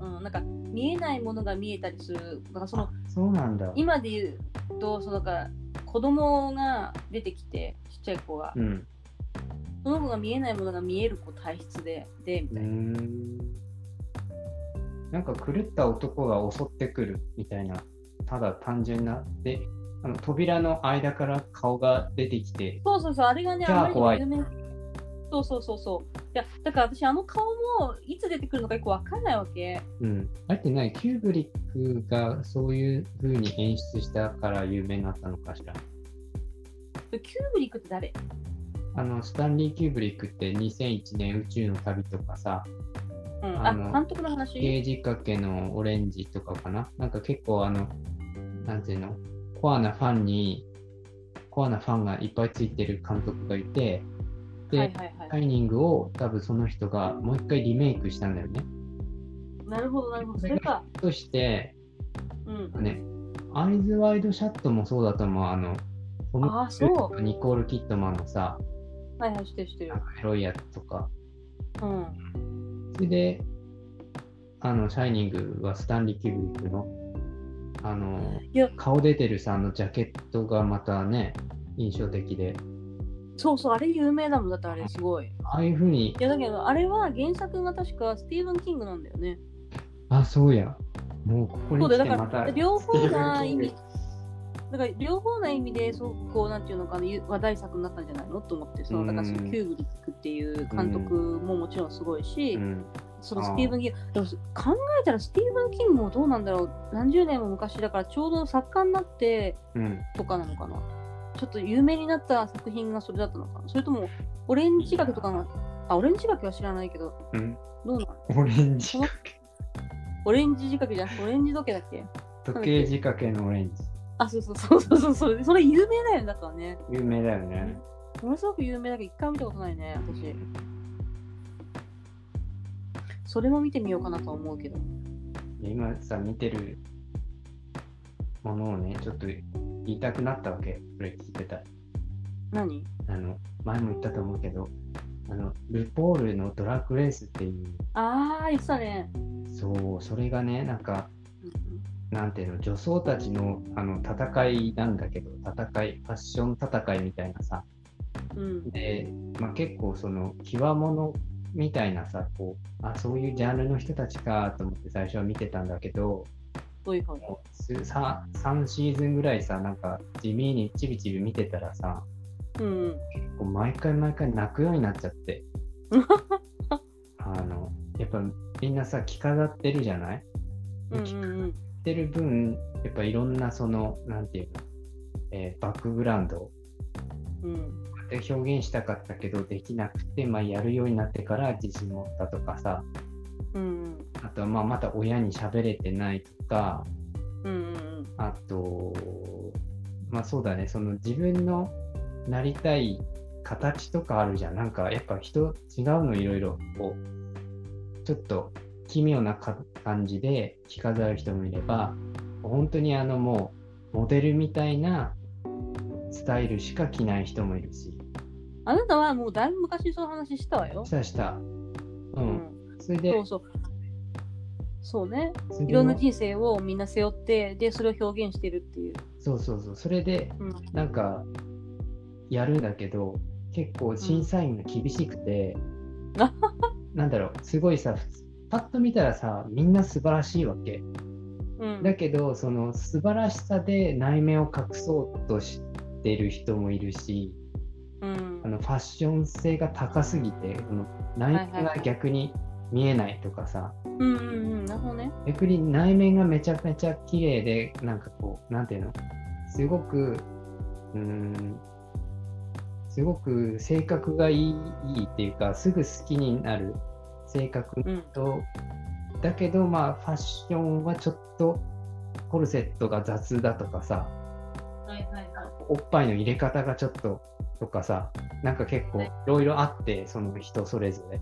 S1: うん、なんか見えないものが見えたりするだからそ
S2: ー、
S1: の
S2: あそうなんだ。
S1: 今で言うとそのなんか子供が出てきてちっちゃい子が、
S2: うん。
S1: その子が見えないものが見える子体質ででみ
S2: うー
S1: たいな、
S2: ん。なんか狂った男が襲ってくるみたいな、ただ単純な。で、あの扉の間から顔が出てきて、
S1: そうそうそうあれがね
S2: じゃ
S1: あ
S2: あ
S1: んま
S2: 怖
S1: り
S2: い
S1: 有名そうそうそうそういやだから私あの顔もいつ出てくるのかよくわかんないわけ
S2: うん。あれってない、キューブリックがそういう風に演出したから有名になったのかしら。
S1: でキューブリックって誰
S2: あの、スタンリー・キューブリックって2001年宇宙の旅とかさ、
S1: うんあ
S2: あの
S1: 監督の話
S2: 刑事かけのオレンジとかかななんか結構あの、なんていうの、コアなファンに、コアなファンがいっぱいついてる監督がいて、で、
S1: はいはいはい、
S2: タイニングを多分その人がもう一回リメイクしたんだよね。
S1: なるほどなるほどそれか
S2: そして、
S1: うん
S2: ね、アイズワイドシャットもそうだと思う。あの、トム
S1: あーそう
S2: ニコール・キットマンのさ、
S1: はいはいしてるしてる
S2: なんかエロいやつとか。
S1: うん
S2: それで、あの、シャイニングはスタンリー・キューブリックの、あの、
S1: いや
S2: 顔出てるさ、あのジャケットがまたね、印象的で、
S1: そうそうあれ有名だもんだってあれすごい
S2: ああいうふうに
S1: い、やだけどあれは原作が確かスティーブン・キングなんだよね。
S2: あ、そうや、もうここ
S1: そ
S2: に
S1: うだよ
S2: 来て
S1: だ
S2: ま
S1: か
S2: た
S1: ら、両方な意味
S2: (laughs) スティーブンキング
S1: だから両方な意味ですごくこうなんていうのかなゆ話題作になったんじゃないのと思ってそのだからその
S2: うん
S1: キューブリックっていう監督ももちろんすごいし、
S2: うん、
S1: そのスティーブン・キングでも考えたらスティーブン・キングもどうなんだろう何十年も昔だからちょうど作家になって
S2: うん、
S1: とかなのかなちょっと有名になった作品がそれだったのかなそれともオレンジ学とかがあオレンジ学は知らないけど (laughs)
S2: うん、
S1: どうなの
S2: オレンジ
S1: こ、のオレンジ仕掛けじゃなくてオレンジ時計だっけ
S2: 時計仕掛けのオレンジ、
S1: あ、そうそうそうそうそうそれ、それ有名だよね、だからね。
S2: 有名だよね。
S1: ものすごく有名だけど、一回も見たことないね、私。それも見てみようかなとは思うけど。
S2: 今さ、見てるものをね、ちょっと言いたくなったわけ、これ聞いてた。
S1: 何
S2: あの、前も言ったと思うけど、あの、ルポールのドラッグレースっていう、
S1: あー、言ってたね。
S2: そう、それがね、なんか、
S1: うん
S2: なんていうの、女装たちのあの戦いなんだけど、戦い、ファッション戦いみたいなさ、
S1: うん。
S2: で、まあ、結構その、極物みたいなさ、こう、あ、そういうジャンルの人たちかと思って最初は見てたんだけど、
S1: どういうふうに。
S2: もうすさ3シーズンぐらいさ、なんか、地味にちびちび見てたらさ、
S1: うんうん。
S2: こう毎回毎回泣くようになっちゃって。あの、やっぱみんなさ、着飾ってるじゃない
S1: うんうん
S2: やってる分、やっぱいろんなその、なんていうの、えーバックグラウンドを
S1: うん。うん。
S2: で表現したかったけど、できなくて、まあ、やるようになってから自信持ったとかさ、
S1: うん
S2: あとはまあまた親に喋れてないとか、
S1: うん。うんうんうん。
S2: あと、まあそうだね、その自分のなりたい形とかあるじゃん。なんかやっぱ人違うのいろいろこう、ちょっと奇妙なか感じで着飾る人もいれば、本当にあのもうモデルみたいなスタイルしか着ない人もいるし。
S1: あなたはもうだいぶ昔にその話したわよ
S2: し。たした。うん。それ
S1: うん
S2: で、
S1: そうそう。そうね。
S2: それ
S1: い
S2: で
S1: ろんな人生をみんな背負って、で、それを表現してるっていう。
S2: そうそうそう。それで、
S1: うん。
S2: なんか、やるんだけど、結構審査員が厳しくて、なんだろう、すごいさ、普通パッと見たらさ、みんな素晴らしいわけ。
S1: うん、
S2: だけど、その素晴らしさで内面を隠そうとしてる人もいるし、
S1: うん
S2: あのファッション性が高すぎて、その内
S1: はいは
S2: 面が
S1: いはい
S2: 逆に見えないとかさ、
S1: うんうんうん。なるほどね。
S2: 逆に内面がめちゃめちゃ綺麗で、なんかこう、なんていうの、すごく、うーん、すごく性格がいいいいっていうか、すぐ好きになる性格
S1: うん。
S2: と、だけど、まあ、ファッションはちょっとコルセットが雑だとかさ、
S1: はいはいはい。
S2: おっぱいの入れ方がちょっととかさ、なんか結構いろいろあって、その人それぞれ。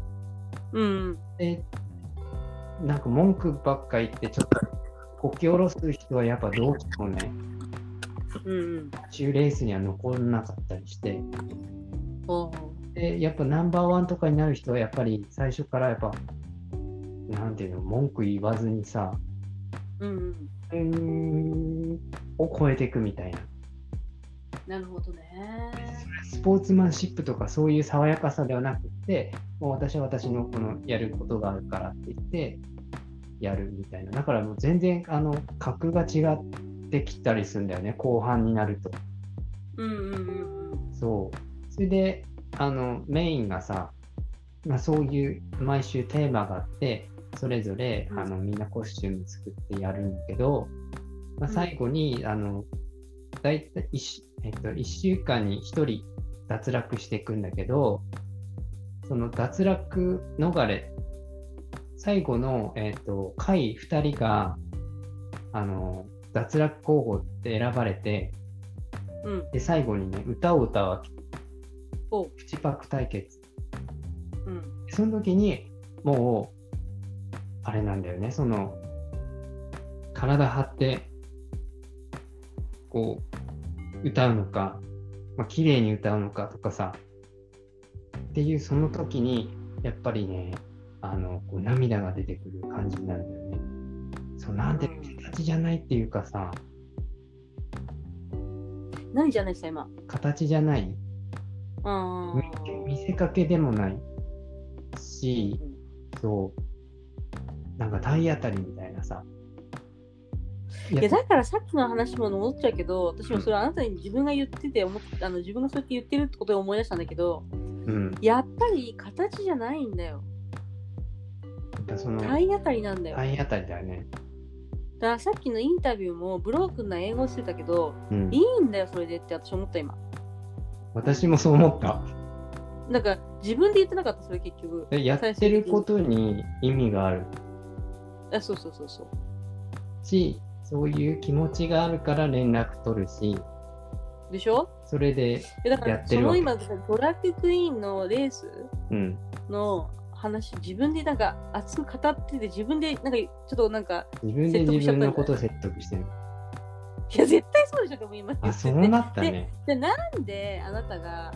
S1: うん。
S2: で、なんか文句ばっか言って、ちょっとこき下ろす人はやっぱどうしてもね、
S1: うんうん。
S2: 中レースには残らなかったりして、
S1: おう
S2: で、やっぱナンバーワンとかになる人はやっぱり最初からやっぱ、なんていうの、文句言わずにさ、
S1: うんうん。
S2: うーんを超えていくみたいな。
S1: なるほどね。
S2: スポーツマンシップとかそういう爽やかさではなくって、もう私は私のこのやることがあるからって言って、やるみたいな。だからもう全然、あの、格が違ってきたりするんだよね、後半になると。
S1: うんうんうんうん。
S2: そう。それで、あの、メインがさ、まあ、そういう毎週テーマがあって、それぞれ
S1: うん
S2: あのみんなコスチューム作ってやるんだけど、まあ、最後に、あの、だいたい1し、えっと、1週間に1人脱落していくんだけど、その脱落逃れ、最後の、えっと、下位2人が、あの、脱落候補って選ばれて、
S1: うん。
S2: で、最後にね、歌を歌うわけ。
S1: おう。
S2: 口パク対決。
S1: うん。
S2: その時に、もう、あれなんだよね、その、体張って、こう、歌うのか、まあ綺麗に歌うのかとかさ、っていうその時に、やっぱりね、あの、こう涙が出てくる感じになるんだよね。そう、なんて形じゃないっていうかさ、
S1: 何じゃないですか、今。
S2: 形じゃない
S1: ああ。
S2: 見せかけでもないし、そう、なんか体当たりみたいなさ。い
S1: いやだからさっきの話も戻っちゃうけど私もそれあなたに自分が言ってて思っあの自分がそうやって言ってるってことを思い出したんだけど
S2: うん、や
S1: やっぱり形じゃないんだよ
S2: っぱその体
S1: 体当たりなんだよだか
S2: 当たりだよね。
S1: らさっきのインタビューもブロークンな英語してたけど
S2: うん
S1: い、いんだよそれでって私思った今
S2: 私もそう思った。
S1: なんか自分で言ってなかったそれ結局
S2: でやってることに意味がある
S1: あそうそうそうそう
S2: し、そういう気持ちがあるから連絡取るし、
S1: でしょ
S2: それで、
S1: いやだか
S2: や
S1: ら
S2: って
S1: そ
S2: るわ
S1: の
S2: け
S1: 今ドラッグクイーンのレース
S2: うん、
S1: の話自分でなんか熱く語ってて自分でなんかちょっとなんか
S2: 自分で
S1: 説得し
S2: 自
S1: ちゃったん
S2: 分
S1: だ
S2: のことを説得してる。
S1: いや絶対そうでしょでも今言
S2: あ、
S1: ってて
S2: そうなったね。
S1: (laughs) じゃあなんであなたが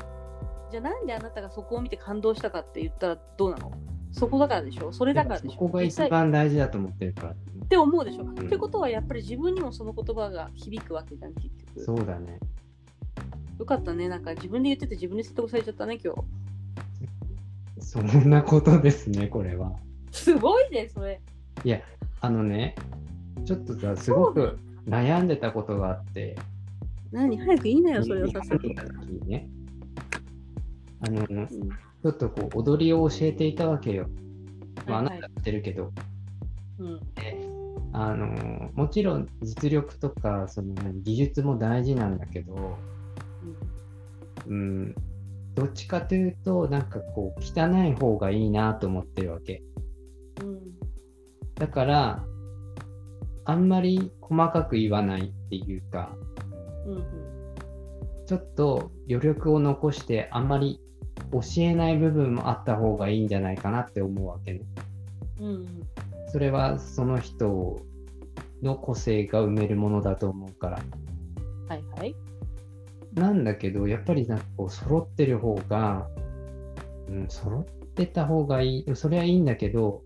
S1: じゃあなんであなたがそこを見て感動したかって言ったらどうなのそこだからでしょそれだ
S2: やっ
S1: か
S2: ぱ
S1: ら
S2: そ
S1: でしょ
S2: こが
S1: 実
S2: 一
S1: 際っ
S2: 番大事だと思ってるから。
S1: て思うでしょ、ってことはやっぱり自分にもその言葉が響くわけじゃん結
S2: そ
S1: 局
S2: うだね。
S1: よかったねなんか自分で言ってて自分で説得されちゃったね今日
S2: そんなことですね、これは。
S1: すごいねそれ
S2: あのね、ちょっとさ、すごく悩んでたことがあって、
S1: 何早く言いなよそれを
S2: 日
S1: さ
S2: 本
S1: さっ
S2: に
S1: き
S2: いた時にね、あの、ち
S1: うん
S2: ょっとこう、踊りを教えていたわけよ。まあ、
S1: は
S2: あない
S1: は
S2: た
S1: い
S2: やってるけど、
S1: うん
S2: あの、もちろん実力とか、その、技術も大事なんだけど、うん、どっちかというと、なんかこう、汚い方がいいなと思ってるわけ。
S1: うん
S2: だから、あんまり細かく言わないっていうか、
S1: うんうん
S2: ちょっと余力を残してあんまり教えない部分もあった方がいいんじゃないかなって思うわけね。
S1: うん
S2: それはその人の個性が埋めるものだと思うから。
S1: はいはい
S2: なんだけど、やっぱりなんかこう、揃ってる方が、うん、揃ってた方がいい、それはいいんだけど、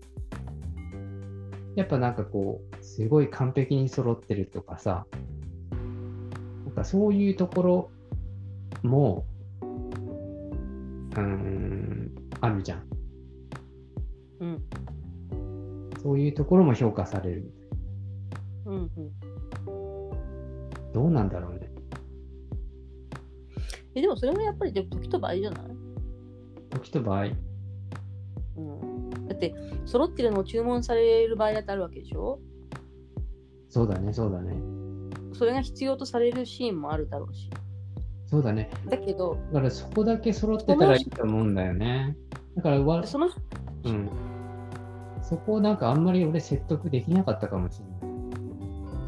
S2: やっぱなんかこう、すごい完璧に揃ってるとかさ、なんかそういうところも、うーん、あるじゃん。
S1: うん
S2: そういうところも評価される。
S1: うんうん
S2: どうなんだろうね。
S1: えでもそれもやっぱりでも時と場合じゃない、
S2: 時と場合、
S1: うん、だって揃ってるのを注文される場合だってあるわけでしょ
S2: そうだね、そうだね。
S1: それが必要とされるシーンもあるだろうし
S2: そうだね。
S1: だけど
S2: だからそこだけ揃ってたらいいと思うんだよね。だからわ、
S1: その
S2: うん。そこをなんかあんまり俺説得できなかったかもしれない。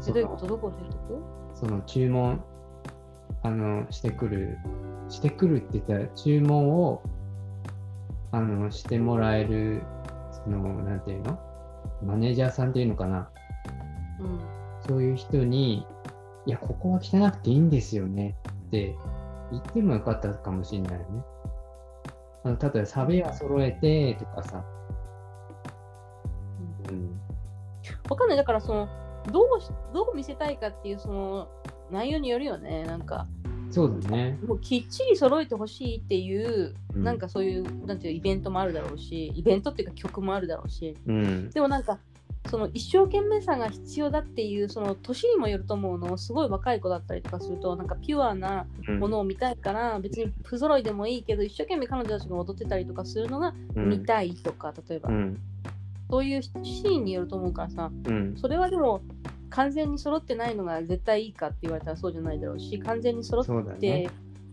S1: え
S2: そ
S1: どういうこ
S2: の
S1: とどこを知ると
S2: その注文あのしてくる、してくるって言ったら注文をあのしてもらえる、その、なんていうのマネージャーさんっていうのかな。
S1: うん
S2: そういう人に、いや、ここは汚くていいんですよねって言ってもよかったかもしれないよね。あの例えば、サビは揃えてとかさ。うん。
S1: わかんないだからそのどうしどう見せたいかっていうその内容によるよねなんか
S2: そうだね。
S1: もうきっちり揃えてほしいっていう、
S2: うん
S1: なんかそういうなんていうイベントもあるだろうしイベントっていうか曲もあるだろうし
S2: うん。
S1: でもなんかその一生懸命さが必要だっていうその年にもよると思うのすごい若い子だったりとかするとなんかピュアなものを見たいから、別に不揃いでもいいけど一生懸命彼女たちが踊ってたりとかするのが
S2: うん
S1: 見たいとか、例えば、
S2: うん。
S1: そういうシーンによると思うからさ
S2: うん。
S1: それはでも完全に揃ってないのが絶対いいかって言われたらそうじゃないだろうし完全に揃っ
S2: そうだね
S1: て。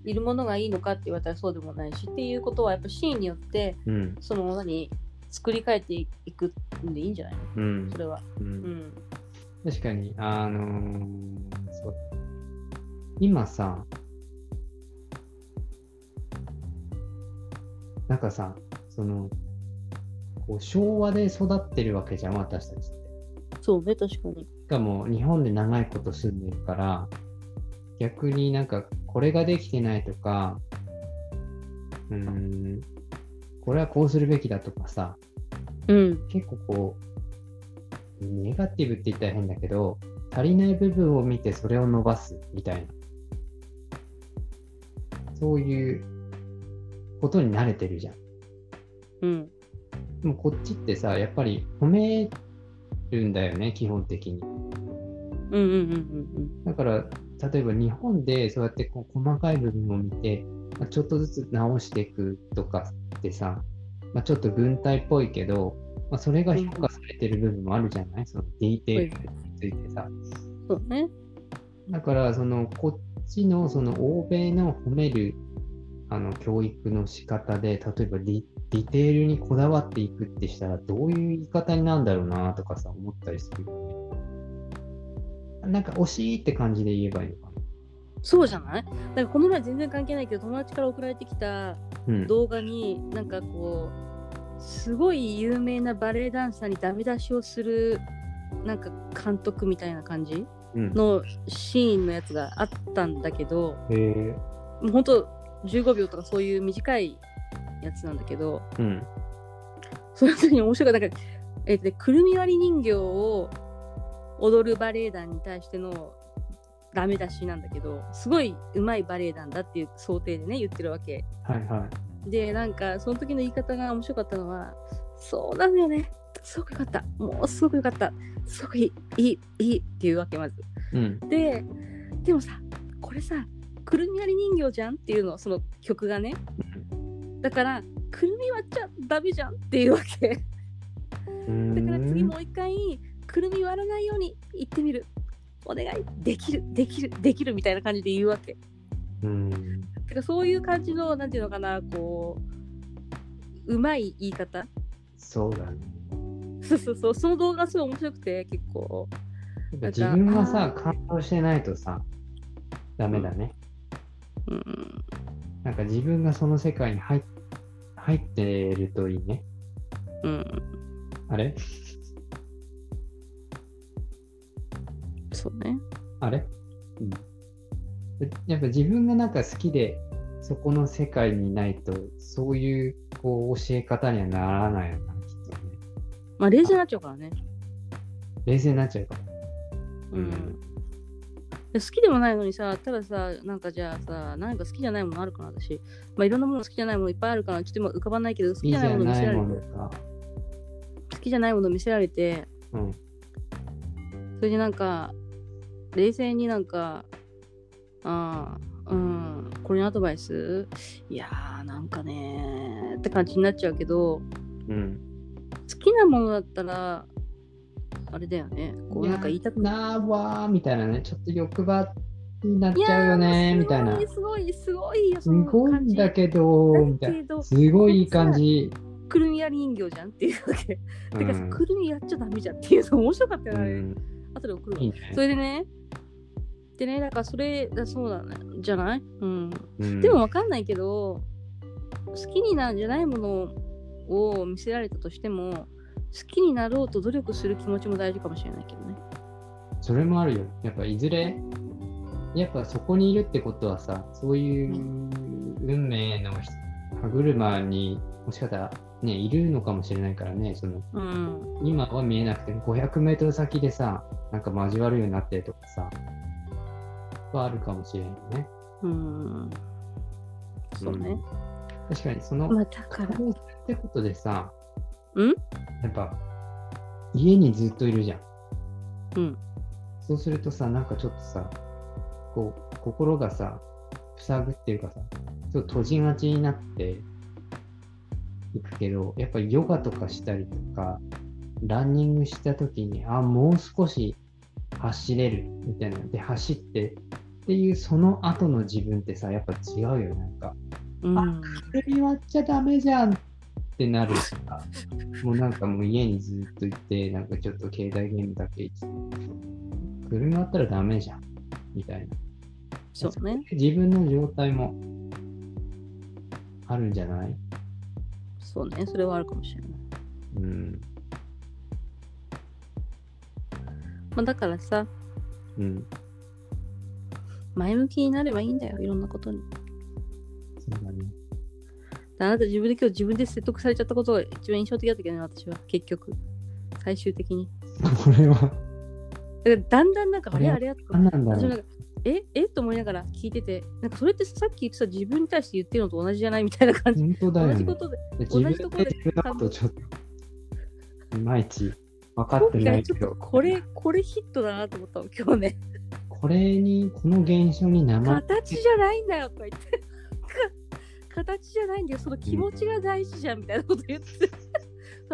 S1: いるものがいいのかって言われたらそうでもないしっていうことはやっぱシーンによって
S2: うん。
S1: その何作り変えていくんでいいんじゃないの
S2: うん
S1: そ。れは。
S2: う
S1: うんん。
S2: 確かに、あのーそう今さ、なんかさ、その、こう昭和で育ってるわけじゃん、私たちって。
S1: そうね、確かに。
S2: しかも、日本で長いこと住んでるから、逆になんか、これができてないとか、うーん、これはこうするべきだとかさ、
S1: うん。
S2: 結構こう、ネガティブって言ったら変だけど、足りない部分を見てそれを伸ばすみたいな。そういうことに慣れてるじゃん。
S1: うん。
S2: でもこっちってさ、やっぱり褒めるんだよね、基本的に。
S1: うんうんうん
S2: だから、例えば日本でそうやってこう細かい部分を見て、まあちょっとずつ直していくとかってさ、まあ、ちょっと軍隊っぽいけど、まあ、それが評価されてる部分もあるじゃないそのディテールについてさ。
S1: うん。そうね。
S2: だから、その、こっちの、その、欧米の褒める、あの、教育の仕方で、例えばディ、ディテールにこだわっていくってしたら、どういう言い方になるんだろうなとかさ、思ったりするよね。なんか、惜しいって感じで言えばいいのか
S1: そうじゃないなんかこの前全然関係ないけど友達から送られてきた
S2: な。うん。
S1: 動画になんかこうすごい有名なバレエダンサーにダメ出しをするなんか監督みたいな感じ
S2: うん、
S1: のシーンのやつがあったんだけど
S2: へえ。
S1: もうほんと15秒とかそういう短いやつなんだけど
S2: うん。
S1: その時に面白かったなんか、えっとねくるみ割り人形を踊るバレエ団に対してのダメ出しなんだけどすごい上手いバレエ団だっていう想定でね言ってるわけ。
S2: はいは
S1: でなんかその時の言い方が面白かったのは「そうなのよねすごくよかったもうすごくよかったすごくいいいいいい」っていうわけまず。
S2: い。うん。
S1: ででもさこれさくるみ割り人形じゃんっていうのその曲がねだからくるみ割っちゃダメじゃんっていうわけ
S2: うーん
S1: だから次もう一回くるみ割らないように言ってみるお願いできるできるできるみたいな感じで言うわけ
S2: うん。
S1: てかそういう感じのなんていうのかなこううまい言い方
S2: そうだね。
S1: そうそうそうその動画すごい面白くて結構
S2: やっぱ自分が
S1: あー
S2: さ、感動してないとさ、ダメだね。
S1: ううん
S2: なんか自分がその世界に入っ入ってるといいね。
S1: うん
S2: あれ
S1: そうね
S2: あれうん。やっぱ自分がなんか好きで、そこの世界にいないと、そういうこう教え方にはならないよな、きっとね。
S1: まあ冷静になっちゃうからね
S2: 冷静になっちゃうから。
S1: うん好きでもないのにさ、たださ、なんかじゃあさ、何か好きじゃないものあるかな、私。まあいろんなもの好きじゃないものいっぱいあるから、ちょっと今浮かばないけど、好
S2: い
S1: き
S2: い
S1: じ
S2: じ
S1: ゃない
S2: ゃ
S1: もの見
S2: な
S1: せら
S2: い
S1: れ
S2: も
S1: て
S2: の、か。
S1: 好きじゃないもの見せられて、
S2: うん。
S1: それでなんか、冷静になんか、ああ、うん、これにアドバイスいやー、なんかねーって感じになっちゃうけど、
S2: うん。
S1: 好きなものだったら、あれだよね、こうなんか言いたくな
S2: なーわーみたいなね、ちょっと欲張になっ
S1: い
S2: ちゃうよね
S1: やー
S2: みたいな。
S1: すごい、すごい、すごいよ、
S2: す
S1: その
S2: ごい
S1: 感
S2: ん
S1: じ。
S2: だけど、みたい
S1: だ
S2: な。
S1: けど
S2: すごいいい感じ。
S1: くるみやり人形じゃんっていうわけ。
S2: う
S1: てかさ、
S2: ん
S1: くるみやっちゃダメじゃんっていうの面白かったよ
S2: う
S1: ね、あれ。
S2: ん
S1: 後で送るわ
S2: いいね
S1: そ。れでね、でね、だからそれ、だそうだね、じゃないうん。
S2: うん
S1: でも、わかんないけど、好きになんじゃないものを見せられたとしても、好きになろうと努力する気持ちも大事かもしれないけどね。
S2: それもあるよ。やっぱいずれ、やっぱそこにいるってことはさ、そういう運命の歯車にもしかしたらね、いるのかもしれないからね、その
S1: うん。
S2: 今は見えなくても500メートル先でさ、なんか交わるようになってとかさ、はあるかもしれないよね。
S1: うん。そうね。
S2: 確かにその、
S1: まあ、だから、
S2: そうってことでさ、
S1: うん
S2: やっぱ家にずっといるじゃん。
S1: うん
S2: そうするとさ、なんかちょっとさ、こう、心がさ、塞ぐっていうかさ、ちょっと閉じがちになっていくけど、やっぱりヨガとかしたりとか、ランニングした時に、あ、もう少し走れるみたいな。で、走ってっていうその後の自分ってさ、やっぱ違うよね、なんか。
S1: うん。
S2: これに割っちゃダメじゃんってなるしさ、もうなんかもう家にずっといて、なんかちょっと携帯ゲームだけいじって、車あったらダメじゃんみたいな。
S1: そうね。
S2: 自分の状態もあるんじゃない
S1: そうね。それはあるかもしれない。
S2: うん。
S1: まあ、だからさ、
S2: うん。
S1: 前向きになればいいんだよ、いろんなことに。
S2: そうだね。
S1: あなた自分で今日自分で説得されちゃったことが一番印象的だったけどね、私は。結局。最終的に。
S2: これは、
S1: だからだんだんなんか、あれあれやとか。
S2: 何なんだ
S1: 私
S2: ろ
S1: もな
S2: う
S1: んかええと思いながら聞いてて、なんかそれってさっき言ってた自分に対して言ってるのと同じじゃないみたいな感じ。
S2: 本当だよ
S1: 同
S2: ね。
S1: じことで。
S2: で
S1: 同じところで
S2: 自分で自分のことちょっと、いまいち分かっ
S1: 今
S2: てない
S1: 回ち
S2: け
S1: ょっと
S2: ど、
S1: これ、これヒットだなと思ったの、今日ね。
S2: これに、この現象に生
S1: 形じゃないんだよとか言って。か (laughs) 形じゃないんだよ、その気持ちが大事じゃんみたいなこと言って。そう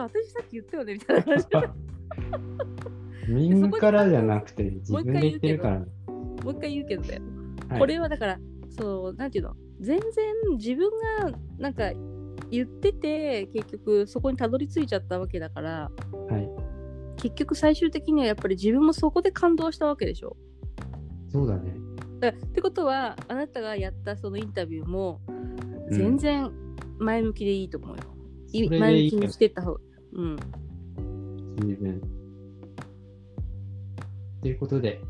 S1: 私さっき言ったよねみたいな感じで。
S2: 民からじゃなくて自分で言ってるからね。
S1: もう一回言うけどだよ。
S2: はい
S1: これはだからそうなんていうの全然自分がなんか言ってて結局そこにたどり着いちゃったわけだから
S2: はい、
S1: 結局最終的にはやっぱり自分もそこで感動したわけでしょ。
S2: そうだね。
S1: だからってことはあなたがやったそのインタビューも
S2: うん
S1: 全然前向きでいいと思うよ。い
S2: それ
S1: 前
S2: でい
S1: 向
S2: い
S1: き
S2: か
S1: に
S2: ら
S1: してった方が。うん、
S2: 自分。ということで、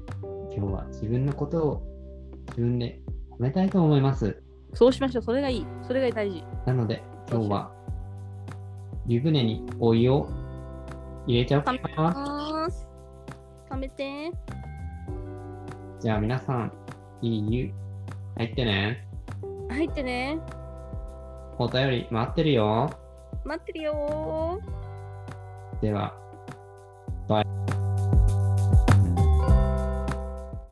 S2: 今日は自分のことを自分で褒めたいと思います。
S1: そうしましょう。それがいい。それが大事。
S2: なので、今日は湯船にお湯を入れちゃおうかな。
S1: あー、食べて。
S2: じゃあ皆さん、いい湯入ってね。
S1: 入ってね。
S2: お便り待ってるよ。
S1: 待ってるよー。
S2: では、